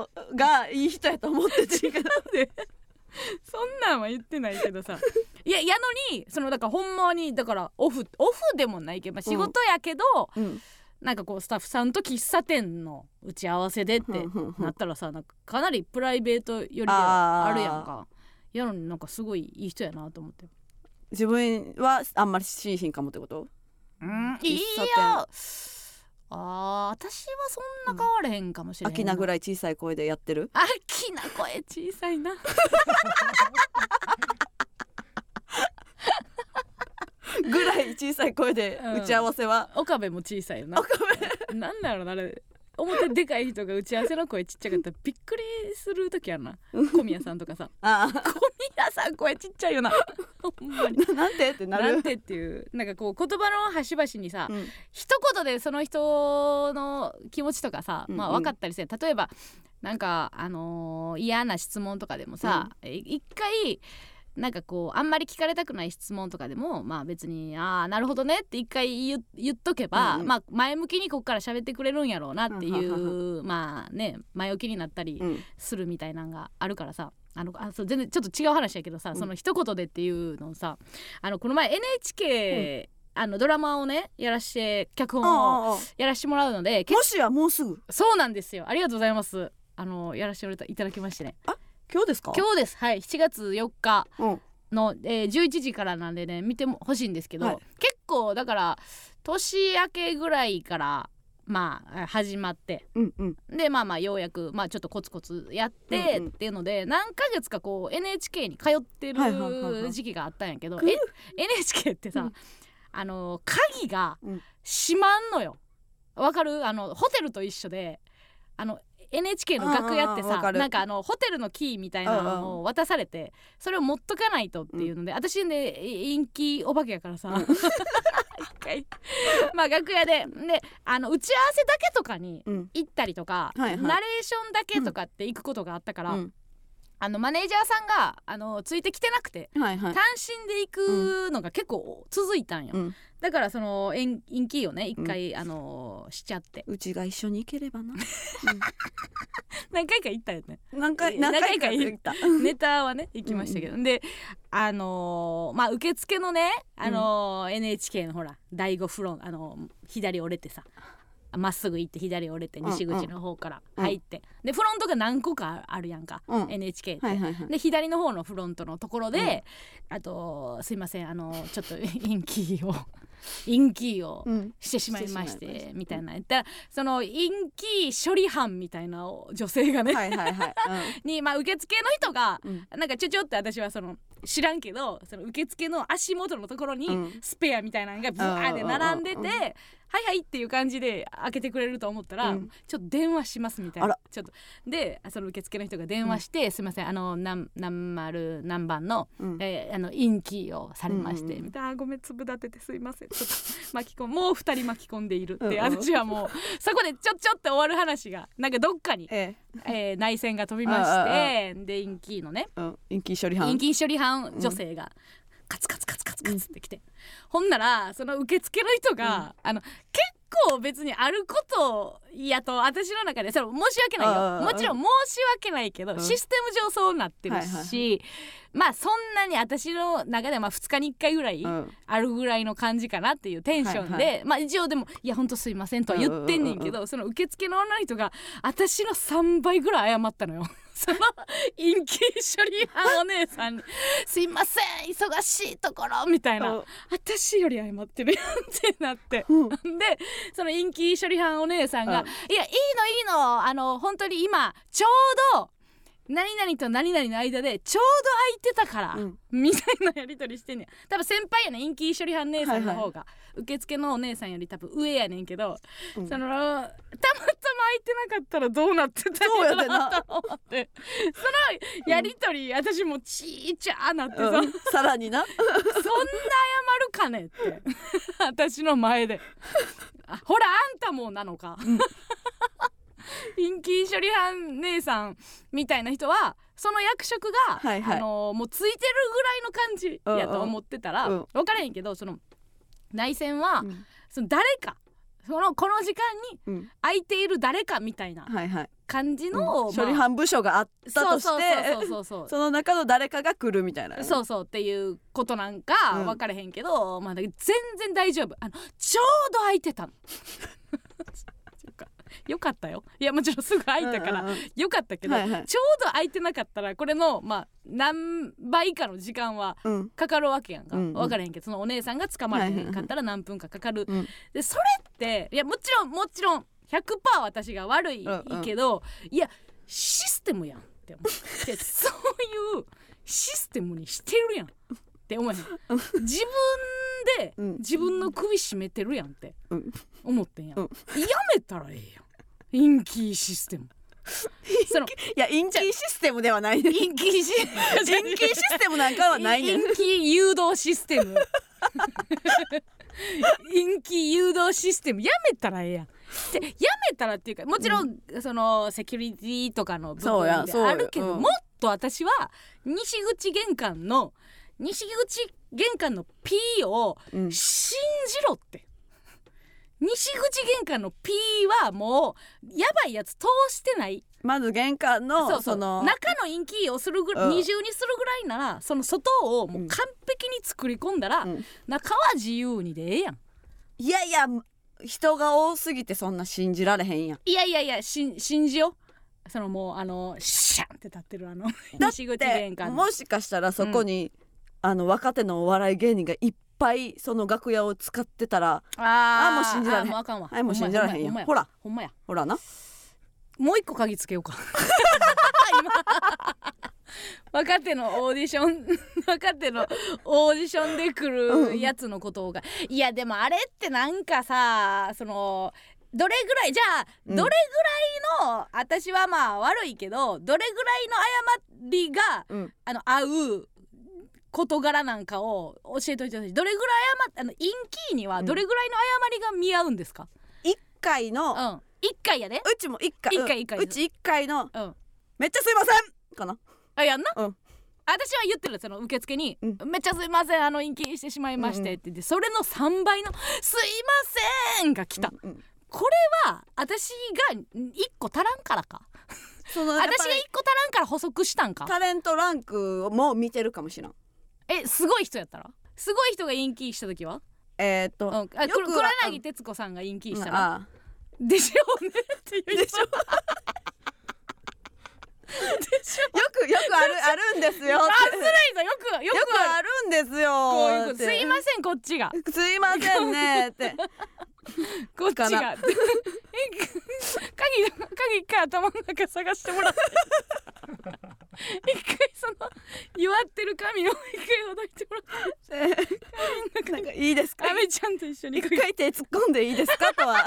ことがいい人やと思ってて
そんなんは言ってないけどさいややのにそのだからほんまにだからオフオフでもないけど、まあ、仕事やけど、
うん
なんかこうスタッフさんと喫茶店の打ち合わせでって
うんうんうん
なったらさなんかかなりプライベートよりは
あー
あるやんかやのになんかすごいいい人やなと思って
自分はあんまりしいひんかもってこと
うんいい
喫
よ
茶店
あー私はそんな変われへんかもしれへん
秋なぐら
らい
い小さい声でやってる
秋な声小さ いな
ぐらい小さい声で
うん
打ち合わせは、
岡部も小さいよな岡部なんだろうなあれ表でかい人が打ち合わせの声ちっちゃかったらびっくりする時やんな小宮さんとか さ
あ あ
小宮さん声ちっちゃいよな ほんまに
ななんてってな
な
る
んてっていうなんかこう言葉の端々にさ、
うん
一言でその人の気持ちとかさ、
うんうん
まあ分かったりせん例えばなんかあのー嫌な質問とかでもさ、い一回なんかこうあんまり聞かれたくない質問とかでもまあ別に「ああなるほどね」って一回言言っとけば、
うんうん
まあ前向きにこっから喋ってくれるんやろうなってい
うんうん
うまあね前置きになったり
うん
するみたいなんがあるからさあのあそう全然ちょっと違う話やけどさ、
ん
その一言でっていうのをさあのこの前 NHK、あのドラマをねやらして脚本を
ああああ
やらしてもらうのでけ
もしやもうすぐ
そうなんですよありがとうございますあのやらしてもらったいただきましてね
今日ですか
今日ですはい7月4日
うん
の、えー11時からなんでね見てもほしいんですけど、
はい
結構だから年明けぐらいからまあ始まって
うんうん
でまあまあようやく、まあ、ちょっとコツコツやって
うんうん
っていうので、何ヶ月かこう NHK に通って
はいはいはいは
る
い
時期があったんやけど、
くっ
え NHK ってさ、
うん
あの鍵が
うん
閉まんのよ。わかるあのホテルと一緒であの NHK の楽屋って
あーあーわ
さ
かる
なんかあのホテルのキーみたいなのを渡されてそれを持っとかないとっていうので、私ね陰気お化けやからさ、 一回まあ楽屋でであの打ち合わせだけとかに
うん
行ったりとか、
はいはい
ナレーションだけとかって行くことがあったから、
うん
あのマネージャーさんがあのついてきてなくて
はいはい
単身で行くのが結構続いたんよ、
うん
だからその延延期をね一回、あのしち ゃって
うちが一緒に行ければな、
何回か行ったよね
うん、何回
何
何
回
回
か
か
行
行
っ
った
ネタはね行きましたけど、であのまあ受付のね、あの NHK のほら第5フロン、あの左折れてさまっすぐ行って左折れて
うんうん
西口の方から入って、でフロントが何個かあるやんか、
うん
NHK って。
はいはいはい
で左の方のフロントのところで、あとすいませんあのちょっと 陰気を陰気を
うん
してしまいまし
して
て
しまいました
みたいな言ったらその陰気処理班みたいな女性がね、
はいはい はい
に、まあ、受付の人が
うんうん
なんかちょちょって私はその知らんけどその受付の足元のところに
うん
スペアみたいなのがブワーで並んでて、
うんうんうん
はいはいっていう感じで開けてくれると思ったら、
うん
ちょっと電話しますみたい
あ
な
ら
ちょっとでその受付の人が電話して、すいませんあの何何丸何番の、
うん
えーあのインキーをされまして、
うんうんうん
みたいなあーごめん粒立ててすいませんちょっと巻き込んもう2人巻き込んでいるって、
うんうん
私はもうそこでちょちょって終わる話がなんかどっかに、
ええ
えー内戦が飛びましてでインキーのね
うん陰気処理班
陰菌処理班女性がカツカツカツカツカツってきて、ほんならその受付の人が、あの結構別にあることやと私の中でそれ申し訳ない
あ
よ
あ
もちろん申し訳ないけど、
うん
システム上そうなってるし、
はいはい
まあそんなに私の中ではまあ2日に1回ぐらい
うん
あるぐらいの感じかなっていうテンションで、
はい
まあ一応でも「いやほんとすいません」とは言ってんねんけど、
うんうん
その受付の女の人が私の3倍ぐらい謝っ たのよ。その陰気処理班お姉さんに「すいません忙しいところ」みたいな
うん
「私より謝ってるやん」ってなって。
うん
でその陰気処理班お姉さんが「
うん
いやいいのいいのあの本当に今ちょうど何々と何々の間でちょうど空いてたから、
うん
みたいなやり取りしてんねん多分先輩やねん陰気処理班姉さんの方が、受付のお姉さんより多分上やねんけど、
うん
そのたまたま空いてなかったらどうなってた
そうやで
ろ
な
と思って そのやり取り、私もちーちゃーなってさ、
うんさらにな
そんな謝るかねって私の前であほらあんたもなのか陰気処理班姉さんみたいな人はその役職が、
はいはい
あのもうついてるぐらいの感じやと思ってたら、
うんうん
分からへんけどその内戦は、
うん
その誰かそのこの時間に
うん
空いている誰かみたいな
はいはい
感じの、
処
まあ
理班部署があったとし
そう
て
そうそうそうそう
その中の誰かが来るみたいな
そうそうっていうことなんか
うん
分からへんけど、まあだけど全然大丈夫あのちょうど空いてたの よかよかったよいやもちろんすぐ空いたから、
うんうんうん
よかったけど、
はいはい
ちょうど空いてなかったらこれのまあ何倍以下の時間は
うん
かかるわけやんか、
うんうん
分からへんけどそのお姉さんが捕まれへんかったら何分かかかる、
うん
でそれっていやもちろんもちろん100%私が悪い
うんうん
けど、いやシステムやんって思っ てそういうシステムにしてるやんって思えへん自分で
うん
自分の首絞めてるやんって
うん
思ってんやん、
うん
やめたらええやん陰気システムその
いや陰気システムではないね
陰気シ
陰気システムなんかはないねん
陰気誘導シス テム陰気誘導システムやめたらええやんでやめたらっていうかもちろん、そのセキュリティとかの部
そうや
分で
そうよ
あるけど、
うん
もっと私は西口玄関の西口玄関の P を
うん
信じろって西口玄関の P はもうやばいやつ通してない
まず玄関の
そ
そう
そう
の
中のインキーをするぐらい、
うん
二重にするぐらいならその外をもう完璧に作り込んだら、
うん
中は自由にでええやん
いやいや人が多すぎてそんな信じられへんやん
いやいやいやしん信じようそのもうあのシャンって立ってるあの
だっ
西口
で
玄関の
もしかしたらそこに、あの若手のお笑い芸人がいっぱいその楽屋を使ってたら
あ
あーもう信じられへん
あーもうあかんわ
はいもう信じられへんやん
ほ
ほ
ら
ら
ほんまや
ほらな
もう一個鍵つけようか 今若手のオーディション 若手のオーディションで来るやつのことがいやでもあれってなんかさそのどれぐらいじゃあ
う
ど
ん
れぐらいの、私はまあ悪いけどどれぐらいの誤りが
うん
あの合う事柄なんかを教えておいてほしいどれぐらい誤っあのインキーにはどれぐらいの誤りが見合うんですか、
一回
うん、
の
1回やで
うちも一回
一回一回
うんうち一回の
うん
めっちゃすいませんかな
あやんな、
うん
私は言ってるその受付に「
うん
めっちゃすいませんあの延期してしまいまして」って言ってそれの3倍の「すいません」が来た、
うんうん
これは私が1個足らんからか
その
私
や
が
っ
1
ぱり
個足らんから補足したんか
タレントランクをもう見てるかもしれん
えすごい人やったらすごい人が延期した時は、
えー、っ
う
と、
ん、あく
よく
黒
は
柳徹子さんが延期
う
し
ん
たら
あ
「でしょうね」って言うでしょ
あよくよくあるあるんです よ
あ
っ
ず
て
るいぞよくよ
よ
く
く
ある
あるんです
こういう
よ
こ
っ
と
て
すいませんこっちが
すいませんね って
こっちが
か
え鍵
な
鍵一回頭の中探してもらって一回その弱ってる髪を一回ほどいてもらって
なんかいいですか
アメちゃんと一緒に
一回手突っ込んでいいですかと は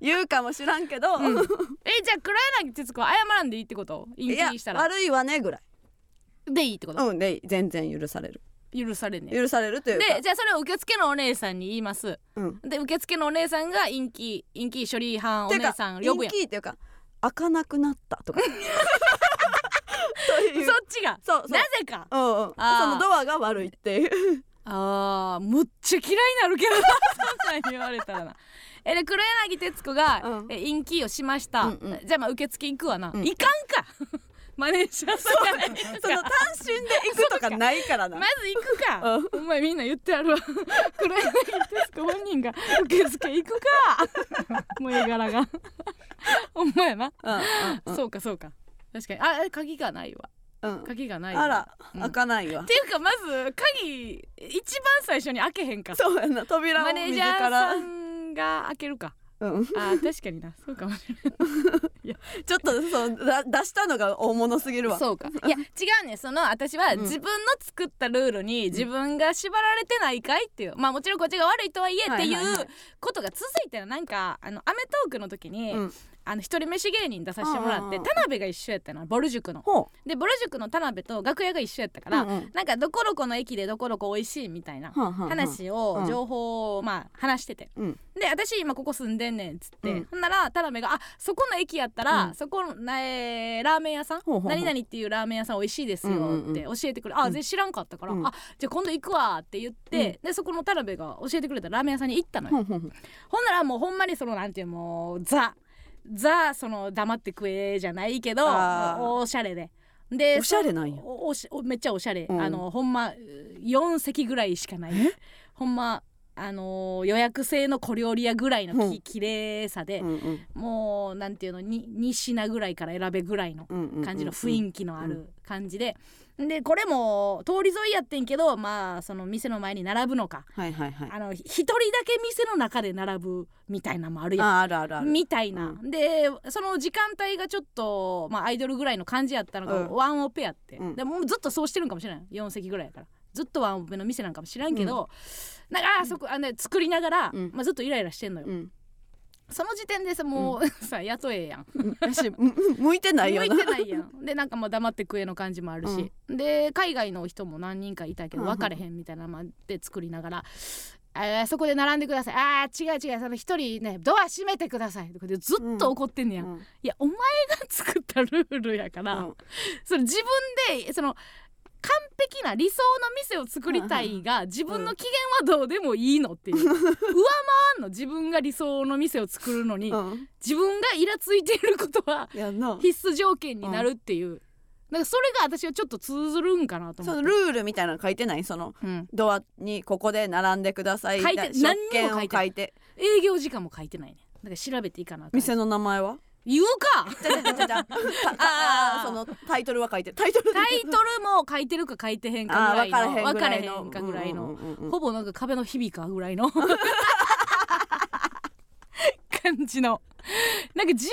言うかもしらんけど、
うんえじゃあ黒柳徹子は謝らんでいいってこと
い
陰
や
気したら
悪いわねぐらい、
でいいってこと
うん、で全然許される
許されんねん
許されるという
で
か
じゃあそれを受付のお姉さんに言います
うん、
で受付のお姉さんが陰気陰気処理班お
て
姉
か
さん呼ぶやん
人気っていうか開かなくなった とかと
そ
いう
っちが
そうそう
なぜか
うんうん、そ
あー
のドアが悪いっていう
あーむっちゃ嫌いになるけどそんなん言われたら なえで黒柳徹子が、
うん
えインキーをしました、
うんうん
じゃあまあ受付行くわな、
うん
いかんか マネージャーさんがね
その単身で行くとかないからな
まず行くか、
うん
お前みんな言ってやるわ 黒柳徹子本人が受付行くか もう絵柄がお前な、
うんうん
そうかそうか確かにあえ鍵がないわ
うんうん
鍵がないわ
あら、
うん
開かないわ
っていうかまず鍵一番最初に開けへんか
そうやな扉
マ
を
ネージ
自
ャ
ら
ーさんが開けるか
うん、ち
あー確かになそうかもしれ
ょっとそうだ出したのが大物すぎる
ない
わ
そうかいや違うねその私は
うん
自分の作ったルールに自分が縛られてないかいっていうまあもちろんこっちが悪いとはいえってい
はいはいは
う
い
ことが続いてるなんかあのアメトークの時に、
うん
あの一人飯芸人出させてもらって
うんうんうん
田辺が一緒やったのボル塾の。
ほ
でボル塾の田辺と楽屋が一緒やったか
う
ら、
うんうん
なんかどこどこの駅でどこどこ美味しいみたいな
はんはんはん
話
う
を
ん
情報をまあ話してて、
うん
で私今ここ住んでんねんっつって、
うん
ほんなら田辺が「あそこの駅やったら、
うん
そこの、えーラーメン屋さん
ほうほうほう
何々っていうラーメン屋さん美味しいですよ」って教えてくれ、
う
あ
ん
全然知らんかったから
う
「
ん
あじゃあ今度行くわ」って言って、でそこの田辺が教えてくれたラーメン屋さんに行ったのよ。
ほんほんほん
ほんならもうほんまにそのなんていうもうザザその黙って食えじゃないけど
あー
もうおしゃれで。で
おしゃれなんや
おおしおめっちゃおしゃれ、
うん
あのほんま4席ぐらいしかないほんまあのー予約制の小料理屋ぐらいの
う
き
ん
綺麗さで
う、んうん
もうなんていうのに2品ぐらいから選べぐらいの
うんうんうん
感じの雰囲気のある感じで、でこれも通り沿いやってんけどまあその店の前に並ぶのか、
はいはいはい
あのひ一人だけ店の中で並ぶみたいなのもあるやん
ああるあるある
みたいな、でその時間帯がちょっと、まあ、アイドルぐらいの感じやったのが
うん
ワンオペやって、
うん
でもうずっとそうしてるんかもしれない4席ぐらいやからずっとワンオペの店なんかも知らんけど、なんかあーそこあの作りながら、
うん
まあ、ずっとイライラしてんのよ、
うん
その時点でさもう、 さ雇えやん
うんやしうんうん向いてないよ
向い
な
てないやんでなんかもう黙って食えの感じもあるし、で海外の人も何人かいたけど
うんうん
分かれへんみたいなのもあって作りながら「あーそこで並んでください」「あー違う違うその一人ねドア閉めてください」とかでずっと怒ってんねや、、
うんん
いやお前が作ったルールやから、
うん
それ自分でその完璧な理想の店を作りたいが自分の機嫌はどうでもいいのっていう上回んの自分が理想の店を作るのに
うん
自分がイラついてることは
やんな
必須条件になるっていう、なんかそれが私はちょっと通ずるんかなと思
そ
っ
の
て。
ルールみたいなの書いてないその
うん、
ドアにここで並んでください
書いて
みたな
何にも書
食券を
いて
書いて
営業時間も書いてないねだから調べていいかなあかん
店の名前は
言うか
じゃじゃじゃじ ゃ
あー
そのタイトルは書いてるタイトル
タイトルも書いてるか書いてへんか
あ
ぐ
ー分
ら
からへんぐい
いの分かららへ
の
んかぐらいの、
うんうんうんうん
ほぼなんか壁のひびかぐらいの 感じのなんか自分で追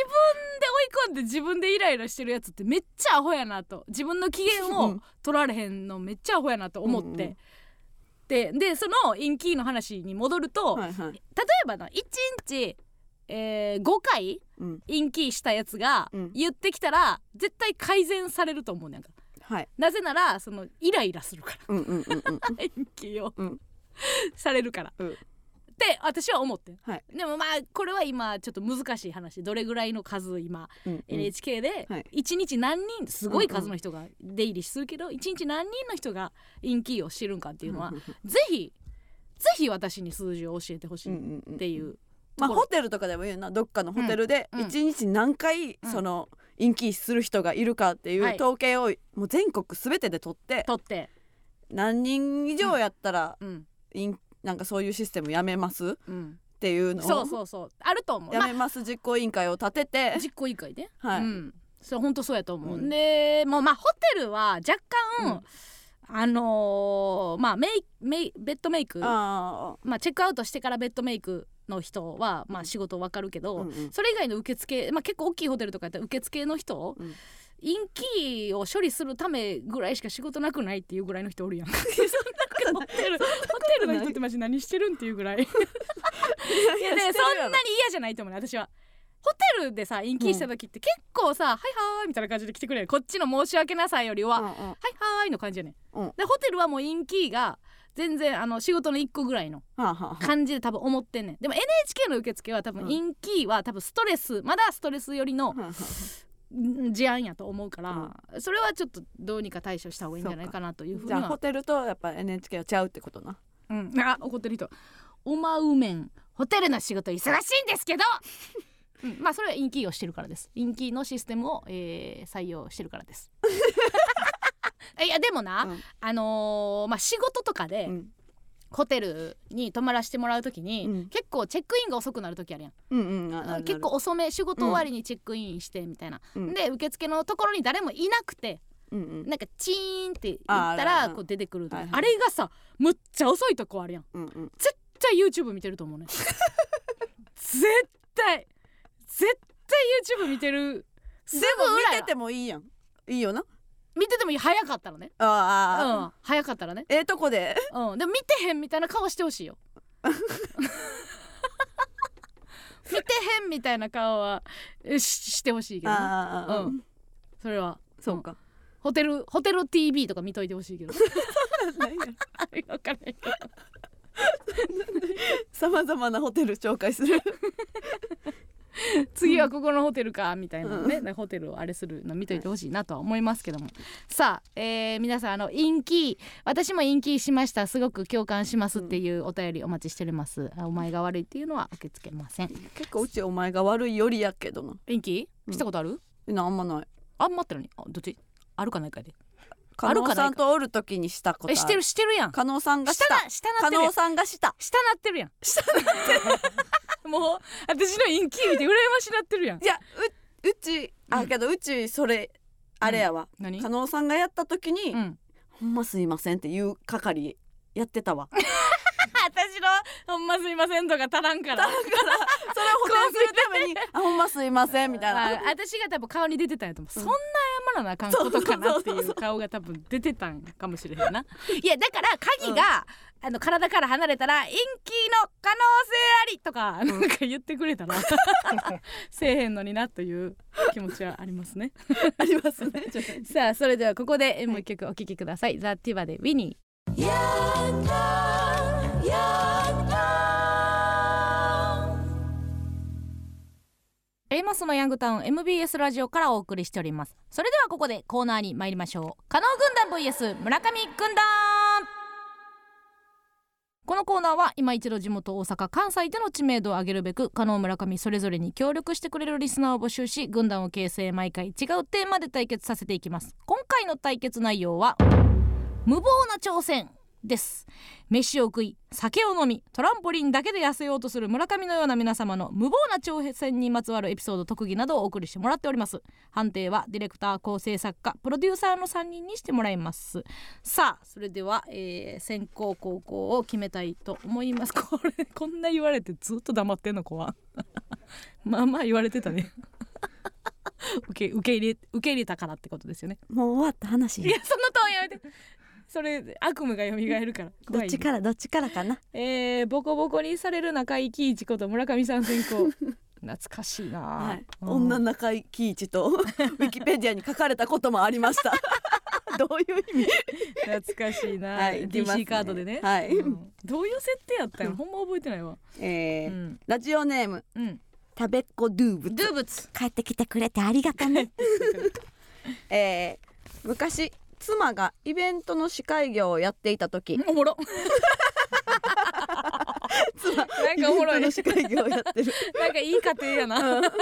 い込んで自分でイライラしてるやつってめっちゃアホやなと自分の機嫌
う
を
ん
取られへんのめっちゃアホやなと思って、
うんうん
ででそのインキーの話に戻ると、
はいはい
例えばな1日、え5回
うん
インキーしたやつが
うん
言ってきたら、絶対改善されると思うねんか
はい
なぜならそのイライラするか
う
ら。
んうんうんうん
延期を、
うん
されるから、
うん
って私は思ってん、
はい
でもまあこれは今ちょっと難しい話どれぐらいの数今、
うん うん
NHK で
はい
1日何人すごい数の人が出入りするけど1日何人の人がインキーをしてるんかっていうのは、
うんうん
ぜひぜひ私に数字を教えてほし
うん
いっ
うんうん
ていう、
まあ
ところ
ホテルとかでも言うなどっかのホテルで
うんうん
一日何回
うん
その陰気する人がいるかっていう
はい
統計をもう全国すべてで取って
取って、
何人以上やったら
うん
陰なんかそういうシステムやめます
うん、
っていうの
そう
を
そうそうあると思 う、
や
ま
めます実行委員会を立てて
あ、実行委員会で
は
う
い
ん、それ本当そうやと思う、
うん
でもうまあホテルは若干、あのーまあメイメイベッドメイク
あ
まあ、チェックアウトしてからベッドメイクの人は、まあ、仕事わかるけ
あう
ど、
んう ん
それ以外の受付、まあ、結構大きいホテルとかやったら受付の人、
うん
インキーを処理するためぐらいしか仕事なくないっていうぐらいの人お るやん そんなホテルホテルの人ってマジ何してるんっていうぐらいいやでそんなに嫌じゃないと思うね私はホテルでさ延期した時って結構さ「はいはーい」みたいな感じで来てくれるこっちの「申し訳なさい」よりは「はい
は
はーい」の感じやね、
うん
でホテルはもう延期が全然あの仕事の一個ぐらいの感じで多分思ってんねんでも NHK の受付は多
う
分
ん
延期は多分ストレスまだストレス寄りのん事案やと思うから、それはちょっとどうにか対処した方がいいんじゃないかなというふうに
じゃあホ
は、
テルとやっぱ NHK はちゃうってことな
うん、あ怒ってる人「おまうめんホテルの仕事忙しいんですけど! 」うん、まあそれはインキーをしてるからですインキーのシステムを、えー採用してるからです いやでもな、
うん
あのーまあ仕事とかで、
うん
ホテルに泊まらせてもらうときに、
うん
結構チェックインが遅くなる時あるやん
うんうんあなる
結構遅め仕事終わりにチェックインしてみたいな、
うん
で受付のところに誰もいなくて
うんうん
なんかチーンって言っ
あーあ
た
るあ
ら
る
こう出てくるとか
はいはい
あれがさむっちゃ遅いとこあるやん
うんうん
絶対 YouTube 見てると思うね絶対絶対 YouTube 見てるす
で
ぐ
も
ぐら
見
い
ててもいいやんいいよな
見ててもいい早かったらねう
ああ、
ん早かったらね
ええとこで
うんでも見てへんみたいな顔してほしい よ見てへんみたいな顔はししてほしいけどね
ああ、
うんそれは
そう か、
ホテルホテル TV とか見といてほしい けど分からへんけど
さまざまなホテル紹介する
次はここのホテルかみたいなね、
う
ホテルをあれするの見といてほしいなとは思いますけども、さあ、えー皆さんあのインキー私もインキーしましたすごく共感しますっていうお便りお待ちしております、あお前が悪いっていうのは受け付けません
結構うちお前が悪いよりやけどな
インキ
う
ー
ん
したことある、
なあんまない
あんまってのにあどっちあるかないかやであ
加
るか
納
ないか
さんとおるときにしたことあ
えしてるしてるやん
加納さんがし
下
た
な下な
加
ってるや
納
ん
さんがした
下なってるやん下なってるもう私のインキー見て羨ましなってるやん
いやううち
う
あ
ん
けどうちそれあれやわ
何
加納さんがやったときに、
うん
ほんますいませんっていう係やって たわだか
私のほんますいませんとか足らんから
らそれを補填するためにあほんますいませんみたいな
あ私が多分顔に出てたんやと思う、
うん
そんな謝らなあかんことかなって
そ
い
うそうそうそう
顔が多分出てたんかもしれへんないやだから鍵が、あの体から離れたら陰気の可能性ありとかなんか言ってくれた らせえへんのになという気持ちはありますね
あり ますねちょっと
さあそれではここでえもう一曲お聴きください「ザ・ティバで「ウィニー」エイモスのヤングタウン MBS ラジオからお送りしておりますそれではここでコーナーに参りましょう加納軍団 VS 村上軍団このコーナーは今一度地元大阪関西での知名度を上げるべく加納村上それぞれに協力してくれるリスナーを募集し軍団を形成毎回違うテーマで対決させていきます今回の対決内容は無謀な挑戦です飯を食い酒を飲みトランポリンだけで痩せようとする村上のような皆様の無謀な挑戦にまつわるエピソード特技などをお送りしてもらっております判定はディレクター構成作家プロデューサーの3人にしてもらいますさあそれでは、えー先行後攻を決めたいと思います これこんな言われてずっと黙ってんの子は まあまあ言われてたね受け受け入れ受け入れたからってことですよね
もう終わった話
いやそのトーンやめてそれ悪夢が蘇るから怖いね
らどっちからかな
えー、ボコボコにされる中井貴一こと村上さん先行 懐かしいな、
はい、
うん
女の中井貴一 とウィキペディアに書かれたこともありましたどういう意味
懐かしいな、
はい
DC
出ますね
カードでね、
はい
うんどういう設定やったん やろほんま覚えてないわ、
えー
うん
ラジオネーム
うん、
食べっ子ドゥーブ
ドゥーブツ
帰ってきてくれてありがとね、 えー昔妻がイベントの司会業をやっていた時
おもろなんかおもろ
イベ
いな
ントの司会業をやってる
んかいい家庭やなイベン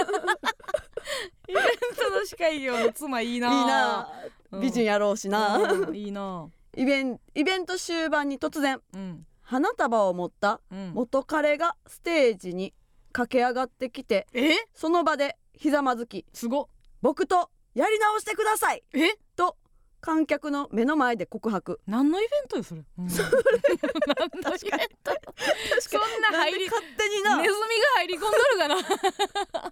トの司会業の妻いい
いい
ない
なあ、
うん
美人やろうしな、
うんいいな
イベンイベント終盤に突然
うん
花束を持った
うん
元彼がステージに駆け上がってきて
え
その場でひざまずき
すごっ
僕とやり直してください
え
と観客の目の前で告白
何のイベントよそれ、うん、それ何のイベントそんな 入
なんで
りネズ
勝手に
ミが
な、
入り込んどるかな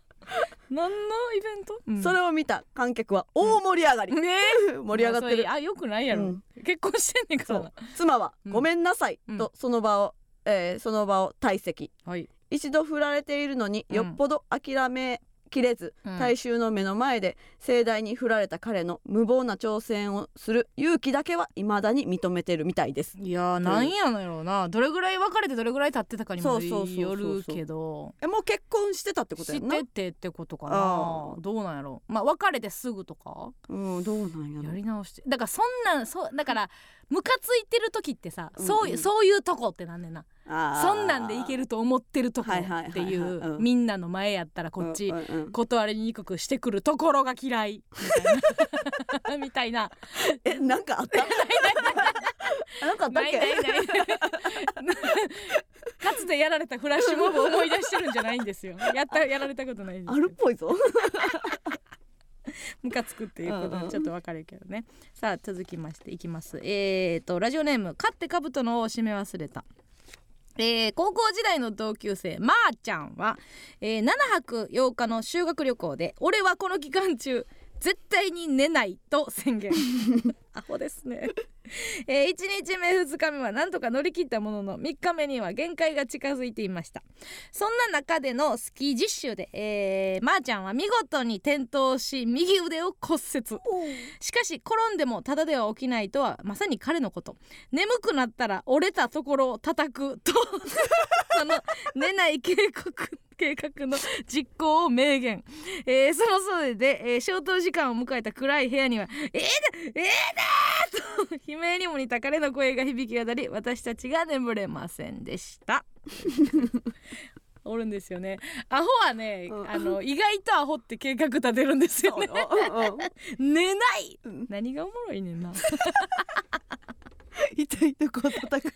何のイベント、うん
それを見た観客は大盛り上がり、
ね
盛り上がって
まあそ
る
れあよくないやろ、
うん
結婚してんねんか
そ
ら
う
な
妻は
うん
ごめんなさい、
うん
とその場を、えーその場を退席
はい、
一度振られているのに
うん
よっぽど諦めきれず、
うん
大衆の目の前で盛大に振られた彼の無謀な挑戦をする勇気だけは未だに認めてるみたいです
いやーなんやのやろうなどれぐらい別れてどれぐらい経ってたかにも
そうそうそうそう
よるけど
えもう結婚してたってこと
知
や
っ
んな
ててってことか
あ
な
ー
どうなんやろうまあ別れてすぐとか
うんどうなんや
や
ろ
り直してだからそんなんそうだからムカついてる時ってさ、そうい
うんう
うんそういうとこってなんねんな
あー
そんなんでいけると思ってるとこ
はいはいはいはい
っていう、
うん
みんなの前やったらこっち、
うんうんうん
断りにくくしてくるところが嫌い みたいな
えなんかあった なんかあっ
み
たっ
たいなない
け
ないない かつてやられたフラッシュモブを思い出してるんじゃないんですよやったやられたことないんで
あ
すよ
るっぽいぞ
ムカつくっていうこと
うんう
は
ん
ちょっとわかるけどね、さあ続きましていきますえー、とラジオネーム「勝って兜の緒を締め忘れた」えー高校時代の同級生まー、ちゃんは、えー7泊8日の修学旅行で俺はこの期間中絶対に寝ないと宣言 アホですね、え1日目2日目はなんとか乗り切ったものの3日目には限界が近づいていましたそんな中でのスキー実習で、えー、まー、ちゃんは見事に転倒し右腕を骨折しかし転んでもただでは起きないとはまさに彼のこと眠くなったら折れたところを叩くとその寝ない警告計画の実行を明言、えーそのそれで、えー消灯時間を迎えた暗い部屋には「ええだええだ!」と悲鳴にも似た彼の声が響き渡り私たちが眠れませんでした。おるんですよねアホはね、
うん
あの意外とアホって計画立てるんですよね寝ない、
うん
何がおもろいねんな
痛いとこ叩く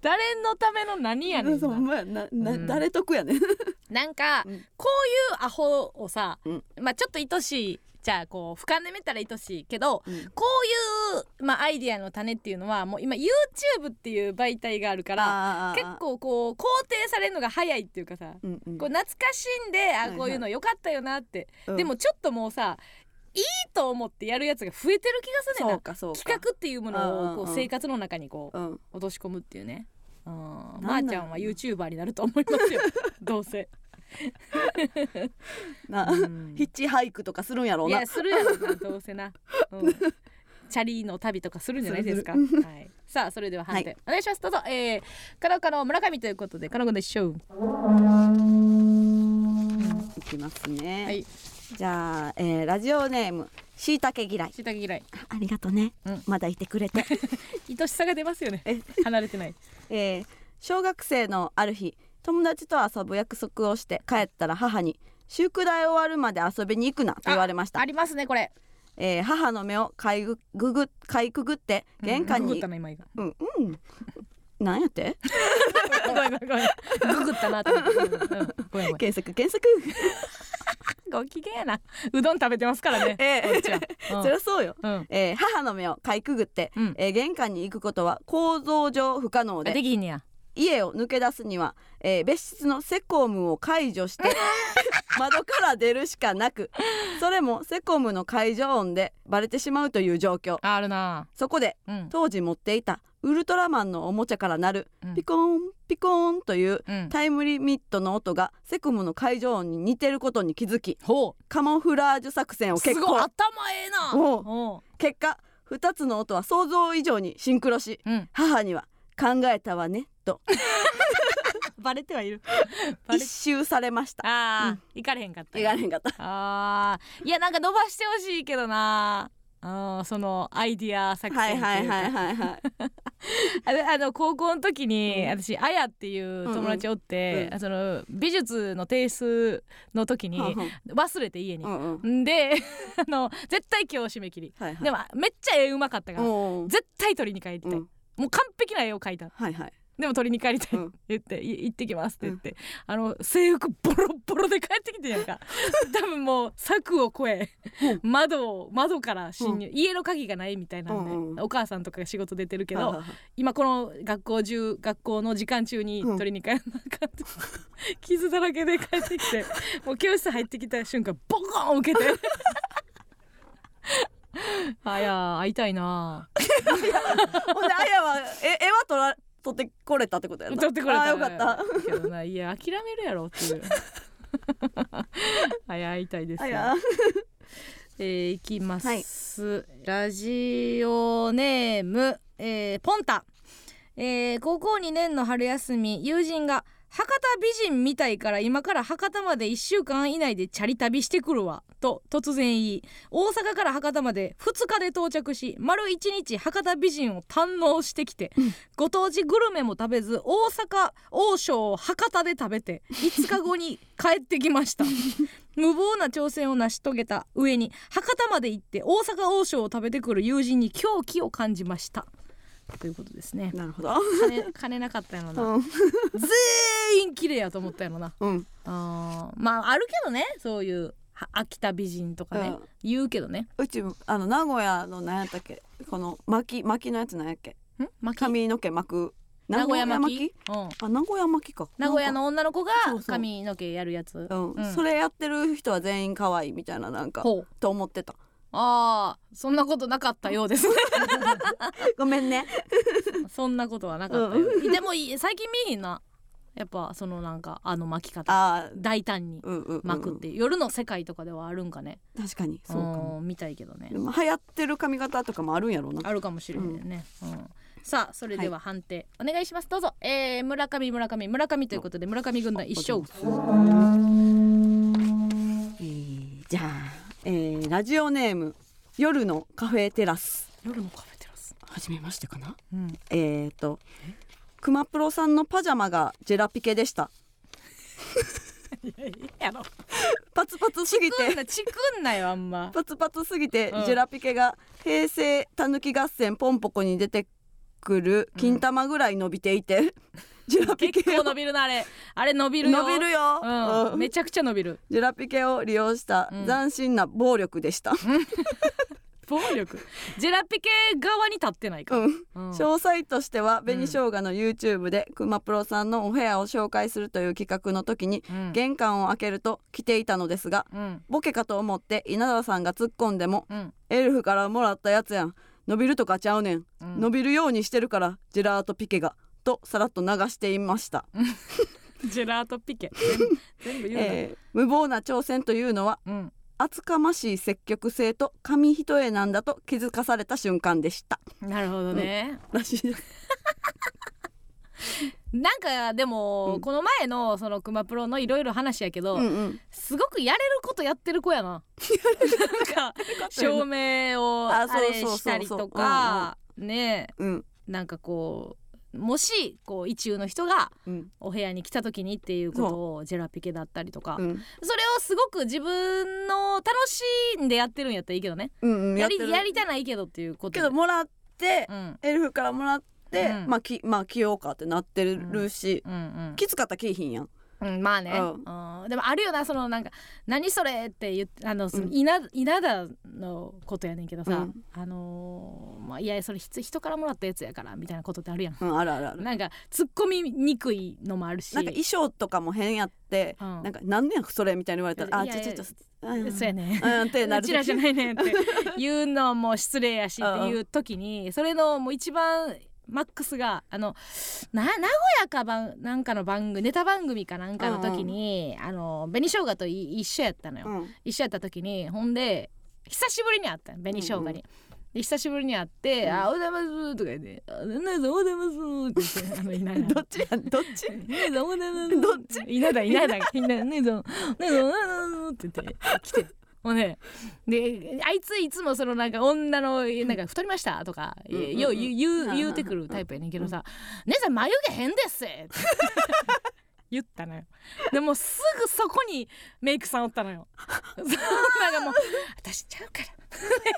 誰のための何やねん
そうほん
な
まやなな
うん
誰得やねん
なんか、
うん
こういうアホをさ、
うん
まあちょっと愛しいじゃあこう俯瞰で見たら愛しいけど
うん
こういう、まあ、アイディアの種っていうのはもう今 YouTube っていう媒体があるから
あー
結構こう肯定されるのが早いっていうかさ、
うんうん
こう懐かしんで
はい
あ
はい
こういうの良かったよなって、
うん
でもちょっともうさいいと思ってやるやつが増えてる気がするね
そ
ん
う
な
かそうか
企画っていうものをこ
うんうんう
うん生活の中にこう
うん
落とし込むっていうねうん
なん
ま
な
ー、
ん
ちゃんは YouTuber になると思いますよ どうせ
な
うん
ヒッチハイクとかするんやろう
い
な
やするやろなどうせな、うん、チャリの旅とかするんじゃないですかはい、さあそれでは判定、
は
お願いしますどうぞ、えー、カラオカの村上ということでカラオカでしょう
いきますね、
はい
じゃあ、えーラジオネームしいたけ嫌い
しいたけ嫌い
ありがとね、
うん
まだいてくれて、
愛しさが出ますよね
え
離れてない
えー小学生のある日友達と遊ぶ約束をして帰ったら母に宿題終わるまで遊びに行くなと言われました
あ、りますねこれ
えー母の目をかいぐぐぐかいくぐって玄関
ググっ
に
たな今が
うんうんなんやって
ごめんごめんごめんググったなと思ってうんうんごめんごめん
検索検索
ご機嫌やなうどん食べてますからね
え
こっち
え
は
そりゃそうよ、
うん、うん
えー母の目をかいくぐって、
うん
えー玄関に行くことは構造上不可能
あ
で
できひんねや
家を抜け出すには、えー別室のセコムを解除して 窓から出るしかなくそれもセコムの解除音でバレてしまうという状況
あるな
そこで
うん
当時持っていたウルトラマンのおもちゃから鳴る
うん
ピコーンピコーンという
うん
タイムリミットの音がセコムの解除音に似てることに気づき
ほう
カモフラージュ作戦を
す
結
ごい
構
頭ええな
おう
おう
結果2つの音は想像以上にシンクロし
うん
母には「考えたわね」 と
バレてはいる。 バレ
一周されました。
ああ、行かれへんかった。
いかれへんかった
ああ、いやなんか伸ばしてほしいけどな。うん、そのアイディア作
はい
戦と
はいいう
か
はいはいはい。
あのあの高校の時に、
うん
私あやっていう友達おって
う、んうん
その美術の提出の時に
は
忘れて家に
あ、はあうんうん
んで あの絶対今日締め切り、
はいはい。
でもめっちゃ絵うまかったから、
も
絶対取りに帰りたい、
うん、
もう完璧な絵を描いた
はいはい。
でも取りに帰りたいっ
うん
て言って、い行ってきますって言って、あの制服ボロッボロで帰ってきてんや んか多分もう柵を越え、窓を窓から侵入、家の鍵がないみたいなんで、
うんうん
お母さんとかが仕事出てるけど、
はいはいはい
今この学校中学校の時間中に取りに帰らなあかんって、 傷だらけで帰ってきてもう教室入ってきた瞬間ボコーン受け てあいや会いたいな
ほんで、あやは、え、絵は撮ら、撮ってこれたってことやな。
取ってこれた
あーよかった。
けどないや諦めるやろっていう あや会いたいです
あや、
えー、いきます、
はい
ラジオネーム、えー、ポンタ、えー、高校2年の春休み友人が博多美人みたいから今から博多まで1週間以内でチャリ旅してくるわと突然言い大阪から博多まで2日で到着し丸1日博多美人を堪能してきて、ご当地グルメも食べず大阪王将を博多で食べて5日後に帰ってきま した。無謀な挑戦を成し遂げた上に博多まで行って大阪王将を食べてくる友人に狂気を感じましたということですね
なるほど。
金金なかったやろな
うん、
全員綺麗やと思ったやろな
うん、
あーまああるけどねそういうは秋田美人とかね、
うん
言うけどね
うちも、あの名古屋のなんやったっけ、この巻き、巻きのやつなんやっけ。
ん巻き
髪の毛巻く、
名古屋巻きうん
あ名古屋巻きか
名古屋の女の子が
そうそう
髪の毛やるやつ
うん、
うん
それやってる人は全員可愛いみたいななんか
ほう
と思ってた
あーそんなことなかったようですね
ごめんね
そんなことはなかったよ、でもいい最近見えへんなやっぱそのなんかあの巻き方
あー
大胆に
うんうんうんうん
巻くって、夜の世界とかではあるんかね
確かにそうかも
ん見たいけどね
でも流行ってる髪型とかもあるんやろうな
あるかもしれへんね、うんさあそれでは判定、お願いしますどうぞ、えー、村上村上村上ということで村上軍団一勝
えーじゃあ、えーラジオネーム夜のカフェテラス
夜のカフェテラス、
はじめましてかな
うん、
えー、とくまプロさんのパジャマがジェラピケでした
やろ
パツパツすぎ
ちくん
て
なちくんなよあんま
パツパツすぎて
うん
ジェラピケが平成たぬき合戦ポンポコに出てくる金玉ぐらい伸びていて、ジェラピ
結
ケ
構
を
伸びるなあれあれ伸びるよ
伸びるよ、
うん、
うん
めちゃくちゃ伸びる
ジェラピケを利用した
うん
斬新な暴力でした、
暴 力ジェラピケ側に立ってないか、
うん
うん
詳細としては紅生姜の YouTube でくまプロさんのお部屋を紹介するという企画の時に
うん
玄関を開けると着ていたのですが
うん
ボケかと思って稲田さんが突っ込んでも
うん
「エルフからもらったやつやん伸びるとかちゃうねん
うん
伸びるようにしてるからジェラートピケが」とさらっと流していました、
ジェラート ピケ全部言うな、
えー無謀な挑戦というのは
うん、
厚かましい積極性と紙一重なんだと気づかされた瞬間でした
なるほどね、
らしいです
なんかでも、
うん
この前のそのクマプロのいろいろ話やけど、
うんうん
すごくやれることやってる子やな。なんか照明をあ
あそうそ
れ
うそうそう
したりとかね
うん
えなんかこうもしこう意中の人が
うん
お部屋に来た時にっていうことをジェラピケだったりとか、
うん
それをすごく自分の楽しんでやってるんやったらいいけどね
うんうん
や
って
り
る
やりたないけどっていうこと
け
で
どもらって、
うん
エルフからもらって、
うん
まあきまあ着ようかってなってるし、
うんうん
きつかったら着いひんやん
うん、まあね、
う
うんでもあるよなそのなんか「何それ」って言ってあのその
うん
稲,、稲田のことやねんけどさ、
うん
あのーまあ、いやそれひつ人からもらったやつやからみたいなことってあるやん
うんあるあるある
なんか突っ込みにくいのもあるし
なんか衣装とかも変やって、
うん
なんか何年それみたいに言われたらあ
いやいや
ちょちょっとうん
そうやね
うんってな
う
る
ちらじゃないねんって言うのも失礼やしっていう時にそれのもう一番マックスがあのな名古屋かばんなんかの番組ネタ番組かなんかの時に、あの紅生姜とい一緒やったのよ。
うん
一緒やった時にほんで久しぶりに会ったの紅生姜に、
うんうん
で久しぶりに会って「
うん
あおはようございます」とか言って「あなんだぞおはようございます」って言ってあの稲田
どっちやどっち
姉さんおはようございます
どっち
稲田稲田稲田姉さん姉さんおはようございますって言って来てもうねであいついつもそのなんか女のなんか太りましたとか、
うんうんうん
よう言う言
は
う
い
言うてくるタイプやねんけどさ「姉さん眉毛変です」って言ったのよでもうすぐそこにメイクさんおったのよそうなんかもう「私ちゃうから」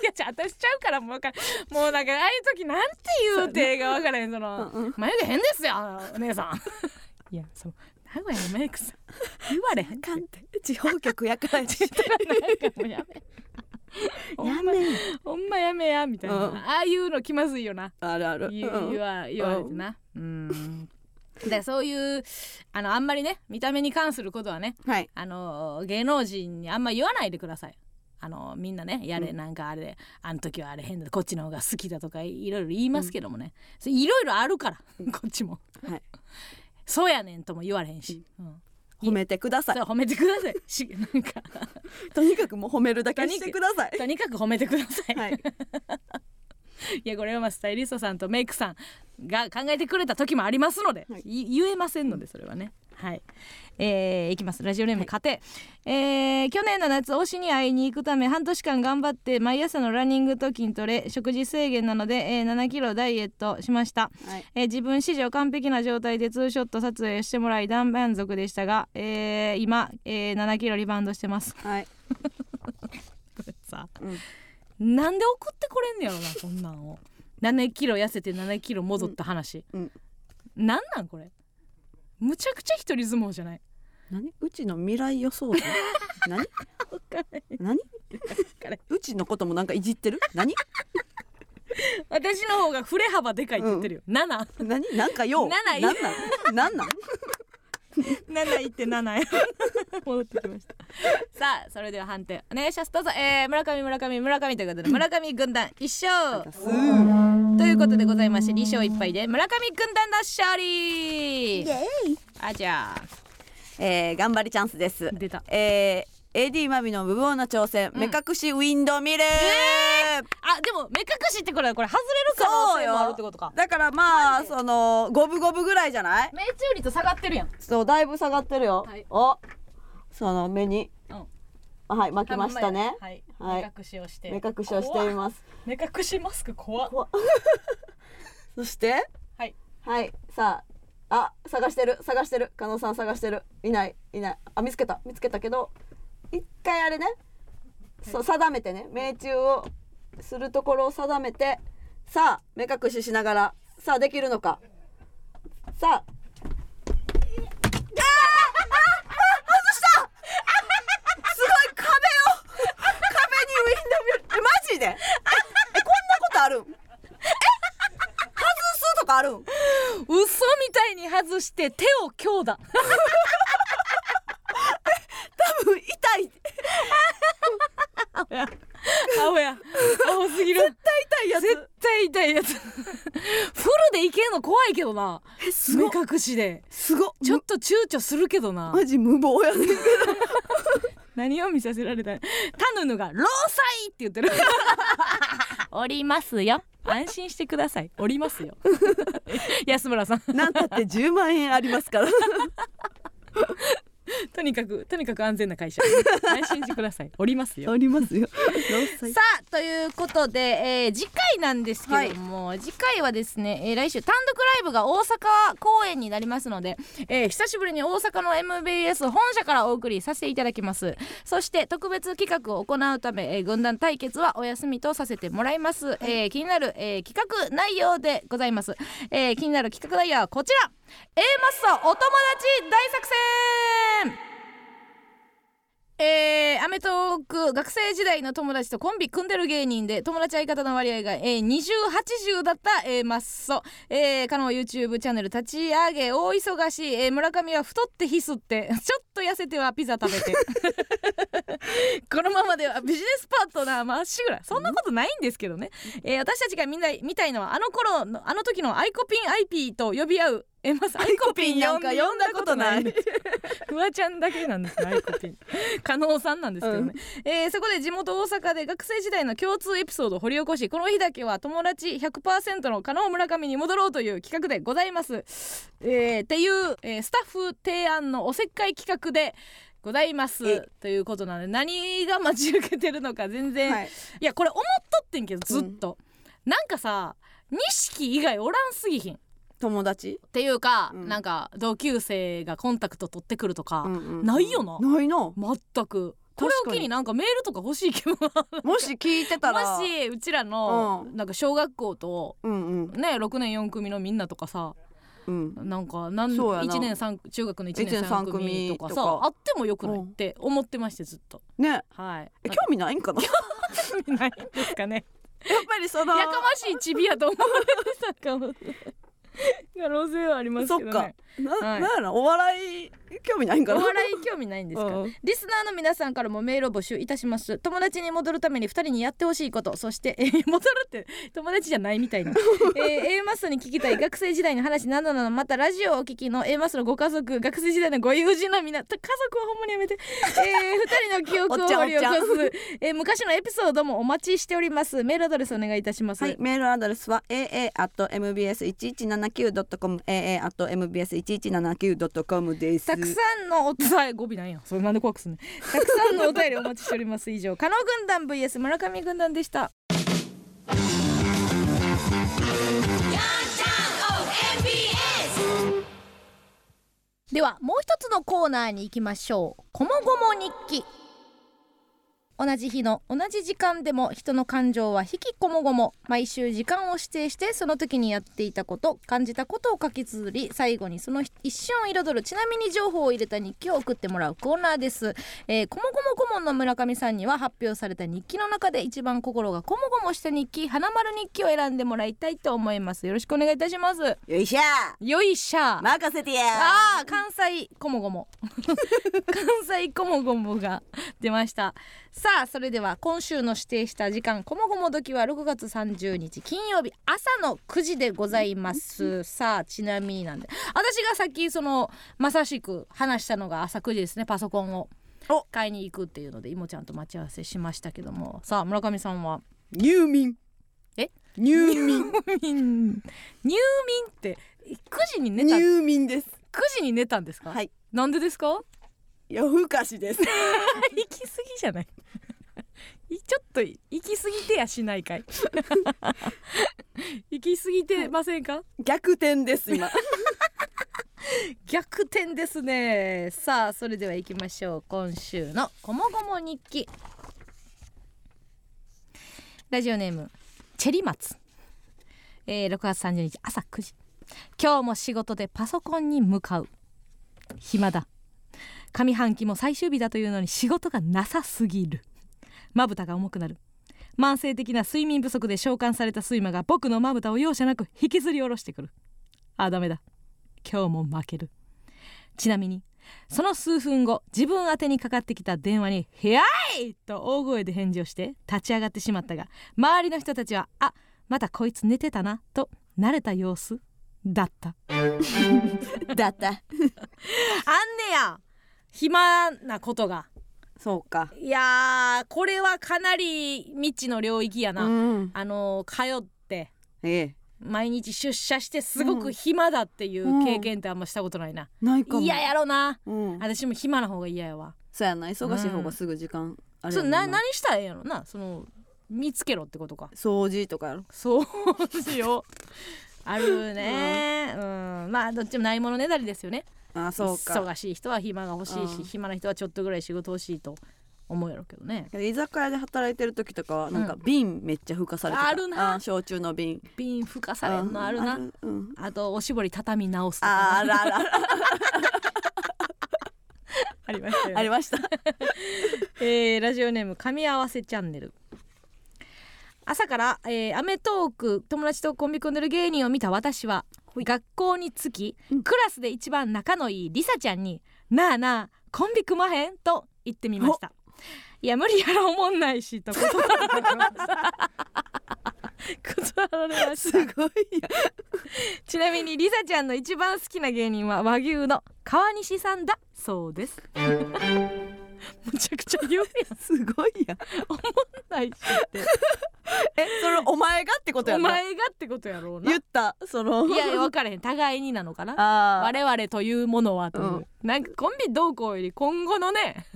いやちゃ私ちゃうからもうわかるもうなんかああいう時なんて言うてが分からへんその。
うんうん
眉毛変ですよお姉さん いやその名古屋のメイクさん言われへん
かんって地方局やからやし
なんかもうやめほ
や
Oh
んま
めん
ほんまやめやみたいな、
うん
ああいうの気まずいよな
あるある
言,、
うん
言わ言われてなうんだからそういうあのあんまりね見た目に関することはね
はい
あの芸能人にあんま言わないでくださいあのみんなねやれなんかあれあの時はあれ変だこっちの方が好きだとかいろいろ言いますけどもね、それいろいろあるからこっちも
はい
そうやねんとも言われへんし、うん、
褒めてくださ
そう褒めてくださいし なんか
いとにかくもう褒めるだけしてください
とにかく褒めてください、、
はいい
やこれはまあスタイリストさんとメイクさんが考えてくれた時もありますので、
はい
い言えませんのでそれはねはいえー、いきますラジオネーム家庭、えー去年の夏推しに会いに行くため半年間頑張って毎朝のランニングと筋トレ食事制限なので、えー7キロダイエットしました
はい
えー自分史上完璧な状態でツーショット撮影してもらい大満足でしたが、えー今、えー7キロリバウンドしてます
はい
さあ
うん
なんで送ってこれんねやろなこんなんを7キロ痩せて7キロ戻った話、
うん
なんなんこれむちゃくちゃ一人相撲じゃない
何うちの未来予想 図何何
かんな
うちのこともなんかいじってる何
私の方が振れ幅でかいって言ってるよ、七
何なんかよう
なんなん
なんなんなんなん
七いって七や 戻ってきましたさあそれでは判定お願いしますどうぞ、えー、村上村上村上という ことで村上軍団一勝ということでございまして二勝一敗で村上軍団の勝利あじゃあ
えー頑張りチャンスです
出た
えー AD マミの無謀な挑戦、目隠しウィンドミル、
あでも目隠しってこれこれ外れる可能性もあるってことか
だからまあその五分五分ぐらいじゃない
命中率下がってるやん
そうだいぶ下がってるよ、
はい
おその目に
うん
はい巻きましたね
はい、
はい
目隠しをして
目隠しをしてい
怖っ
ます
目隠しマスク怖っ
怖っ そして
はい
はいさああ探してる探してる加納さん探してるいないいないあ見つけた見つけたけど一回あれね、そう定めてね命中をするところを定めてさあ目隠ししながらさあできるのかさああーあーあー外 したすごい壁を壁にウィンドミルえマジでええこんなことあるん外すとかあるん
嘘みたいに外して手を強打
多分痛い絶
青や青すぎる絶
対痛いやつ
絶対痛いやつ フルでいけんの怖いけどな
えす
目
ご
隠しです
ご
ちょっと躊躇するけどな
マジ無謀やね
何を見させられたタヌヌが「労災!」って言ってる おりますよ安心してくださいおります よ安村さん
なんたって10万円ありますから
とにかくとにかく安全な会社安心してくださいおりますよ
ありますよ
さあということで、えー次回なんですけども、次回はですね、えー来週単独ライブが大阪公演になりますので、えー久しぶりに大阪の MBS 本社からお送りさせていただきますそして特別企画を行うため、えー軍団対決はお休みとさせてもらいます、えー気になる、えー企画内容でございます、えー気になる企画内容はこちら A マッソお友達大作戦えー、アメトーーク学生時代の友達とコンビ組んでる芸人で友達相方の割合が、えー、2080だった、えー、マッソ、えー、カノン YouTube チャンネル立ち上げ大忙しい、えー、村上は太ってひすって ちょっと痩せてはピザ食べて このままではビジネスパートナーまっしぐらそんなことないんですけどね、えー、私たちがみんな見たいのはあの頃のあの時のアイコピン IP と呼び合うえーマッソアイコピンなんか呼んだことないフワちゃんだけなんですねアイコピン 加納さんなんですけどね、えーそこで地元大阪で学生時代の共通エピソードを掘り起こしこの日だけは友達100%の加納村上に戻ろうという企画でございます、えーっていう、えースタッフ提案のおせっかい企画でございます
え
ということなので何が待ち受けてるのか全然、、
はいい
やこれ思っとってんけどずっと、なんかさ錦以外おらんすぎひんっ
友達
ていうか、
うん
なんか同級生がコンタクト取ってくるとか、
な
ないよな
ないな
全くこれを機になんかメールとか欲しいけどな
もし聞いてたら
もしうちらの
うん
なんか小学校と
うんうん
ね6年4組のみんなとかさ
うん
なんかなん
そうやな
1年三中学の1年3組とかさ
一年三組とか
あってもよくないって思ってましてずっと
ね
はい
え興味ないんかなやっ
味ないんですかね
ぱりその
やかま しいチビや と思われてたかも可能性はあります
そ
け
っ
ど
か
ね
な
は
な
い
んやろお笑い興味ないん
お
かな
笑い興味ないんですから
うん
リスナーの皆さんからもメールを募集いたします友達に戻るために2人にやってほしいことそして、えー戻るって友達じゃない みたいな、えー A マスに聞きたい学生時代の話などなどまたラジオをお聞きの A マスのご家族学生時代のご友人のみんなと家族はほんまにやめて、えー、2人の記憶
お
を掘り起こ
っちゃんおっ
す、えー昔のエピソードもお待ちしておりますメールアドレスお願いいたします、
はい、メールアドレスは aa.mbs1179.com aa.mbs1179.com です。
たくさんのお便り語尾なんやそれなんで怖くすんねんたくさんのお便りお待ちしております以上加納軍団 vs 村上軍団でしたではもう一つのコーナーに行きましょうこもごも日記同じ日の同じ時間でも人の感情は引きこもごも毎週時間を指定してその時にやっていたこと感じたことを書き綴り最後にその一瞬を彩るちなみに情報を入れた日記を送ってもらうコーナーです、えー、こもごも顧問の村上さんには発表された日記の中で一番心がこもごもした日記花丸日記を選んでもらいたいと思いますよろしくお願いいたします
よいしょ
よいしゃ
任せてや
あー関西こもごも 関西こもごもが出ましたさあそれでは今週の指定した時間こもごも時は6月30日金曜日朝の9時でございますさあちなみになんで私がさっきそのまさしく話したのが朝9時ですねパソコンを
お
買いに行くっていうのでいもちゃんと待ち合わせしましたけどもさあ村上さんは
入眠
え
入眠
入眠って9時に寝た9
入眠です
時に寝たんですか、
はい
なんでですか
夜更かしです
行き過ぎじゃない いちょっと行き過ぎてやしないかい 行き過ぎてませんか、
逆転です今
逆転ですねさあそれでは行きましょう今週の「こもごも日記」ラジオネームチェリマツ、えー、6月30日朝9時今日も仕事でパソコンに向かう暇だ上半期も最終日だというのに仕事がなさすぎるまぶたが重くなる慢性的な睡眠不足で召喚された睡魔が僕のまぶたを容赦なく引きずり下ろしてくるあダメだ今日も負けるちなみにその数分後自分宛てにかかってきた電話に「ヘアい!」と大声で返事をして立ち上がってしまったが周りの人たちは「あまたこいつ寝てたな」と慣れた様子だった
だった
あんねや暇なことが
そうか
いやーこれはかなり未知の領域やな、
うん
あのー通って
ええ
毎日出社してすごく暇だっていう経験ってあんましたことないな
ない
嫌、やろな
うん
私も暇な方が嫌やわ
そうやな忙しい方がすぐ時間あれ
そ
や
う
もんな
な何したらええんやろなその見つけろっ てことか
掃除とかやろ
そうしようあるねうん、まあどっちもないものねだりですよね
あそうか
忙しい人は暇が欲しいし、
うん
暇な人はちょっとぐらい仕事欲しいと思うやろうけどね
けど居酒屋で働いてる時とかはなんか
う
瓶めっちゃふかされてた
あるな
あ焼酎の瓶
ピンふかされんのあるなあ
うんうん
とおしぼり畳み直すと
あ
か
あ
ね、
らあらあ ら
ありましたよね
ありました
えーラジオネーム「噛み合わせチャンネル」朝から、えーアメトーーク友達とコンビ組んでる芸人を見た私は学校に着き、
うん
クラスで一番仲のいいリサちゃんに「なあなあコンビ組まへん?」と言ってみました。いや無理やら思んないし と断られました断られまし
す
た
ごいや
ちなみにリサちゃんの一番好きな芸人は和牛の川西さんだそうです むちゃくちゃ有名
すごいや
ないしって
えそれお前がってことや
お
ろ
前がってことやろうな
言ったその
いや分からへん互いになのかな
あ
我々というものはという、
うん
なんかコンビ同行より今後の ね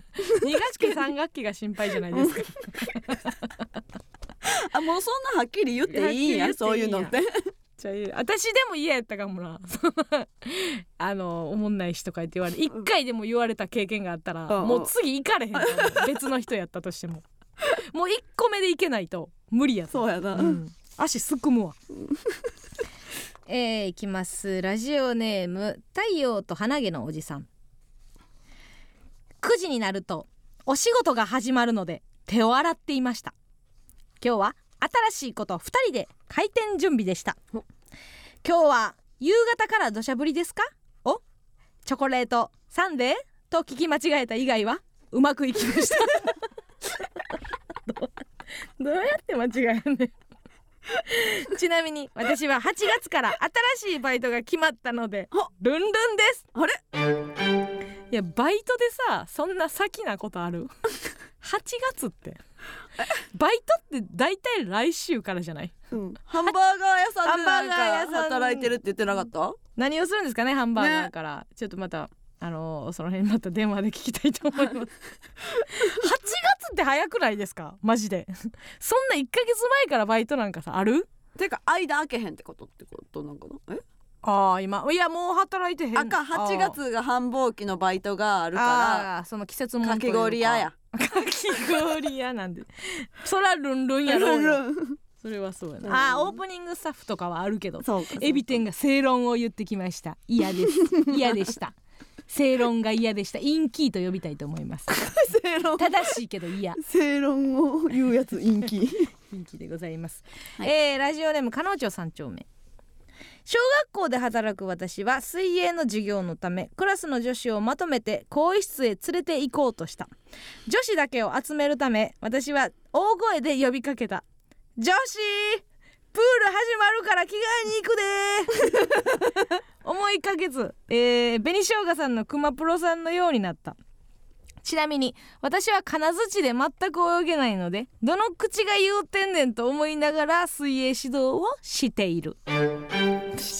2学期3学期が心配じゃないですか
ああもうそんなはっきり言っていいん
は
や
っきり言っていいんや
そういうのって
じゃあ私でも嫌やったかもな あの「おもんないし」とか言って言われ1回でも言われた経験があったら、
うんうん
もう次行かれへんと思う別の人やったとしてももう1個目で行けないと無理やと思う
そうやな、
うん、足すくむわ。 えー、いきますラジオネーム「太陽と花毛のおじさん」9時になるとお仕事が始まるので手を洗っていました今日は新しいこと2人で開店準備でした今日は夕方から土砂降りですかおチョコレートサンデーと聞き間違えた以外はうまくいきました どうやって間違えんねん ちなみに私は8月から新しいバイトが決まったので
あ
ルンルンです
あれ
いやバイトでさそんな先なことある 8月ってバイトって大体来週からじゃない
うん、ハンバーガー屋さんでなん
ハンバーガー屋
か
さん
働いてるって言ってなかった
何をするんですかねハンバーガーから、ちょっとまたあのーその辺また電話で聞きたいと思います 8月って早くないですかマジでそんな1ヶ月前からバイトなんかさある
てか間開けへんってことってことなんかなえ
ああ今いやもう働いてへん
あかん8
あー
月が繁忙期のバイトがある
あ
か
あーその季節
ら
も
かき氷屋や
かき氷屋なんでそらルンルンやろう よ
ルンルン
それはそうや
うん
なあーオープニングスタッフとかはあるけど
そうかそうか
エ ビ天が正論を言ってきました嫌です嫌で した正論が嫌でしたインキーと呼びたいと思い ます
正論
正しいけど嫌
正論を言うやつ陰気
人気でございます、えーラジオネーム加納町三丁目小学校で働く私は水泳の授業のためクラスの女子をまとめて更衣室へ連れて行こうとした女子だけを集めるため私は大声で呼びかけた「女子プール始まるから着替えに行くでー」思いかけず、えー、紅生姜さんの熊プロさんのようになったちなみに私は金槌で全く泳げないのでどの口が言うてんねんと思いながら水泳指導をしている
確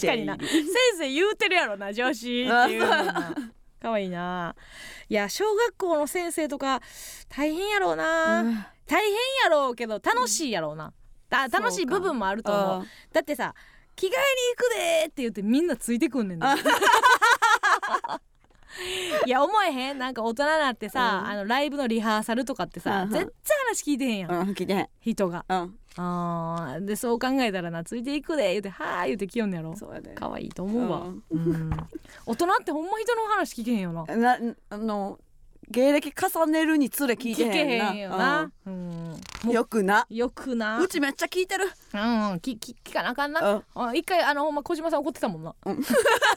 かにな先生言うてるやろな女子っていうのなかわいいないや小学校の先生とか大変やろうな、大変やろうけど楽しいやろうな、あ楽しい部分もあると思う
あ
だってさ着替えに行くでーって言ってみんなついてくんねんな いや思えへんなんか大人になってさ、
うん
あのライブのリハーサルとかってさ、
うんうん
絶対話聞いてへんやん、
うん聞いてへん
人が
うん
あーでそう考えたらなついていくで言うてはー言うてきよんねやろ
そうやで
可愛いと思うわ、
うん
うん大人ってほんま人の話聞けへんよな
なあの芸歴重ねるにつれ聞いて
聞け
へんな
へんよな、うん、
うん
も
よくな
うよくな
うちめっちゃ聞いてる
うん、きき聞かなあかんな。
うん
あ一回あのほんま小島さん怒ってたもんな
うん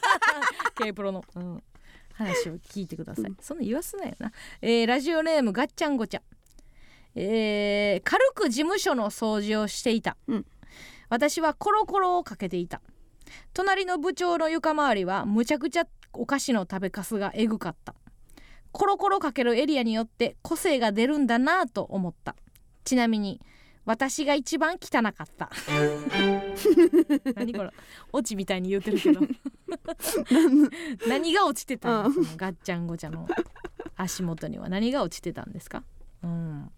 K プロの、うん、話を聞いてください、そんな言わすなよな、えーラジオネームガッチャンゴチャ、えー軽く事務所の掃除をしていた、
うん
私はコロコロをかけていた隣の部長の床周りはむちゃくちゃお菓子の食べかすがえぐかったコロコロかけるエリアによって個性が出るんだなぁと思ったちなみに私が一番汚かった 何これオチみたいに言ってる けど何が落ちてたの,、
うん
そのガッチャンゴチャの足元には何が落ちてたんですか、うん、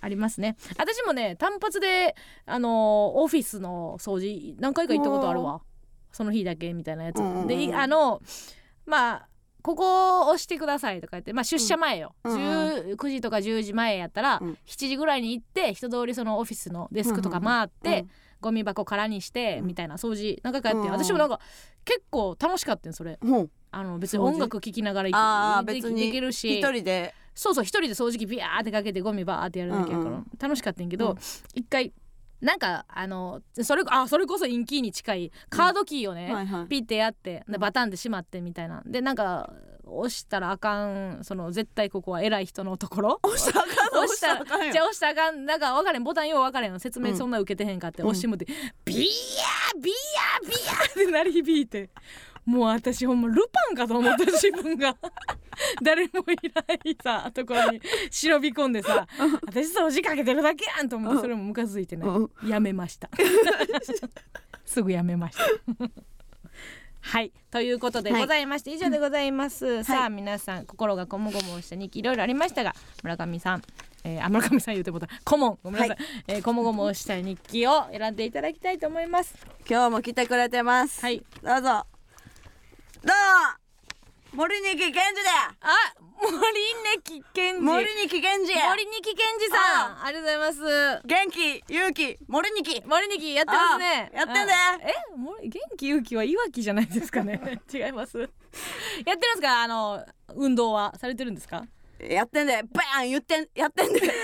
ありますね私もね単発であのオフィスの掃除何回か行ったことあるわその日だけみたいなやつ、
うんうんうん
でいあのまあここを押してくださいとか言って、まあ、出社前よ、
うんうん
19時とか10時前やったら、
うん
7時ぐらいに行って人通りそのオフィスのデスクとか回って、
うん
ゴミ箱空にして
うん
みたいな掃除何回かやって、
うん
私もなんか結構楽しかったんそれ
うん
あの別に
掃除
音楽聴きながら
あー
でき
別に
できる
一
し
人で
そうそう一人で掃除機ビャーってかけてゴミバーってやるだけや
う
から、
んうん
楽しかったんやけど、
うん
一回なんかあのそれあそれこそインキーに近いカードキーをね、
はいはい
ピッてやって
う
で
ん
バタンでしまってみたいなでなんか押したらあかんその絶対ここは偉い人のところ
押したらあかんの
押 した
らあ かんよ
じゃあ押したらあかんなんか分かれんボタンよう分かれんの説
う
明
ん
そんな受けてへんかって、
うん
押してもってビヤービヤービヤーって鳴り響いてもう私ほんまルパンかと思った自分が 誰もいないさところに忍び込んでさ私掃除かけてるだけやんと思
う
って
ん
それもムカついてね
うん
やめました すぐやめましたはいということで
はい
ございまして、以上でございます、さあ皆さん心がこもごもした日記いろいろありましたが村上さん、えー、あ村上さん言うてもうた顧問ごめんなさい、えーこもごもした日記を選んでいただきたいと思います
今日も来てくれてます
はい
どうぞどうも森に危険児だ
あ森根木健二
森に危険児
森根木健二さんありがとうございます
元気勇気森にき
森根木やってますね
あやってね
あえ森元気勇気はいわきじゃないですかね 違いますやってるんですかあの運動はされてるんですか
やってんでバーン言ってんやってんで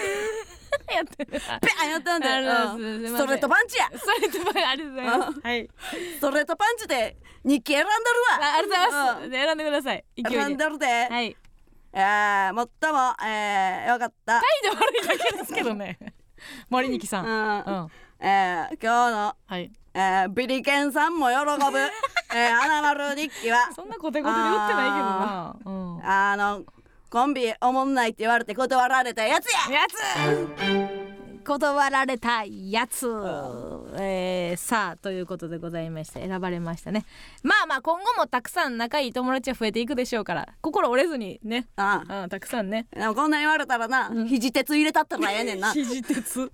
やって る
バーンやってんで
ありがとうございます
うん
すいませ
ス
ん
トレートパンチや
それともありがとうございます はい
ストレートパンチで日記選んでるわ
あありがとうございます
ん
で選んでください勢いで
選んでるで、
はい
えー、最もえー、よかった、
態度悪いだけですけど ね森根木さんう
うん
ん
えー、今日の、
はい
えー、ビリケンさんも喜ぶ えー、花丸日記は
そんなコテコテで打ってないけどなうん
あのコンビおもんないって言われて断られたやつや
やつ断られたやつえーさあということでございまして選ばれましたねまあまあ今後もたくさん仲いい友達は増えていくでしょうから心折れずにね
ああ
うんたくさんね
でもこんな言われたらな、肘鉄入れたったらええねん な
肘鉄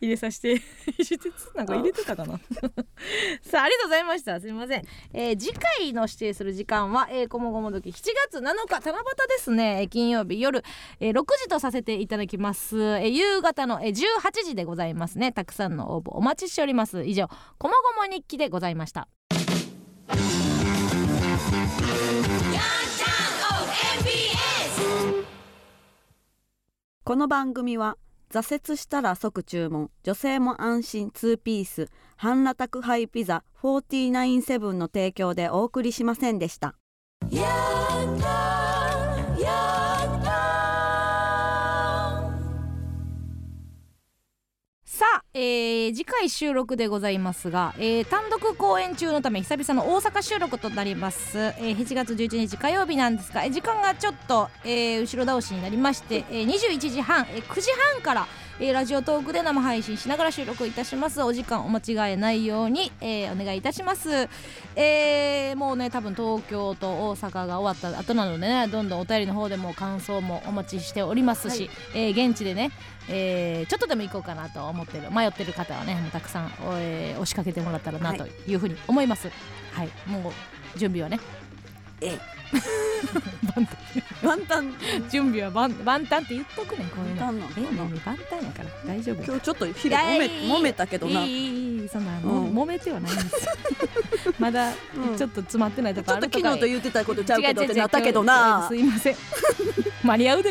入れさせて 肘鉄なんか入れてたか なさあありがとうございましたすみません、えー次回の指定する時間は、えー、こもごも時7月7日七夕ですねえー金曜日夜、えー6時とさせていただきます、えー夕方の、えー18時でございますねたくさんの応募お待ちしております以上こもごも日記でございました
この番組は挫折したら即注文女性も安心ツーピース半裸宅配ピザ497の提供でお送りしませんでした
さあ、えー次回収録でございますが、えー単独公演中のため久々の大阪収録となります、えー7月11日火曜日なんですが、えー時間がちょっと、えー後ろ倒しになりまして、えー21時半、えー9時半から、えーラジオトークで生配信しながら収録いたしますお時間お間違えないように、えーお願いいたします、えーもうね多分東京と大阪が終わった後なのでねどんどんお便りの方でも感想もお待ちしておりますし、えー現地でねえーちょっとでも行こうかなと思ってる迷ってる方はねもうたくさん、おえー押しかけてもらったらなというふうに思いますはい、もう準備はね
ええ
万端
元旦
準備は万万端って言っとくねんこういうの
元旦なの
ええねん万端やから大丈夫
今日ちょっとひでもめ
いやいい
揉めたけどないち
いいいいそんな、も
うん
揉めてはないんですまだ
うん
ちょっと詰まってないと
ょ
こ
っ
あ
と
る
昨
とか
日と言ってたことちゃうけどっ
違う違
て
う違う
なったけどな
すいません間に合うで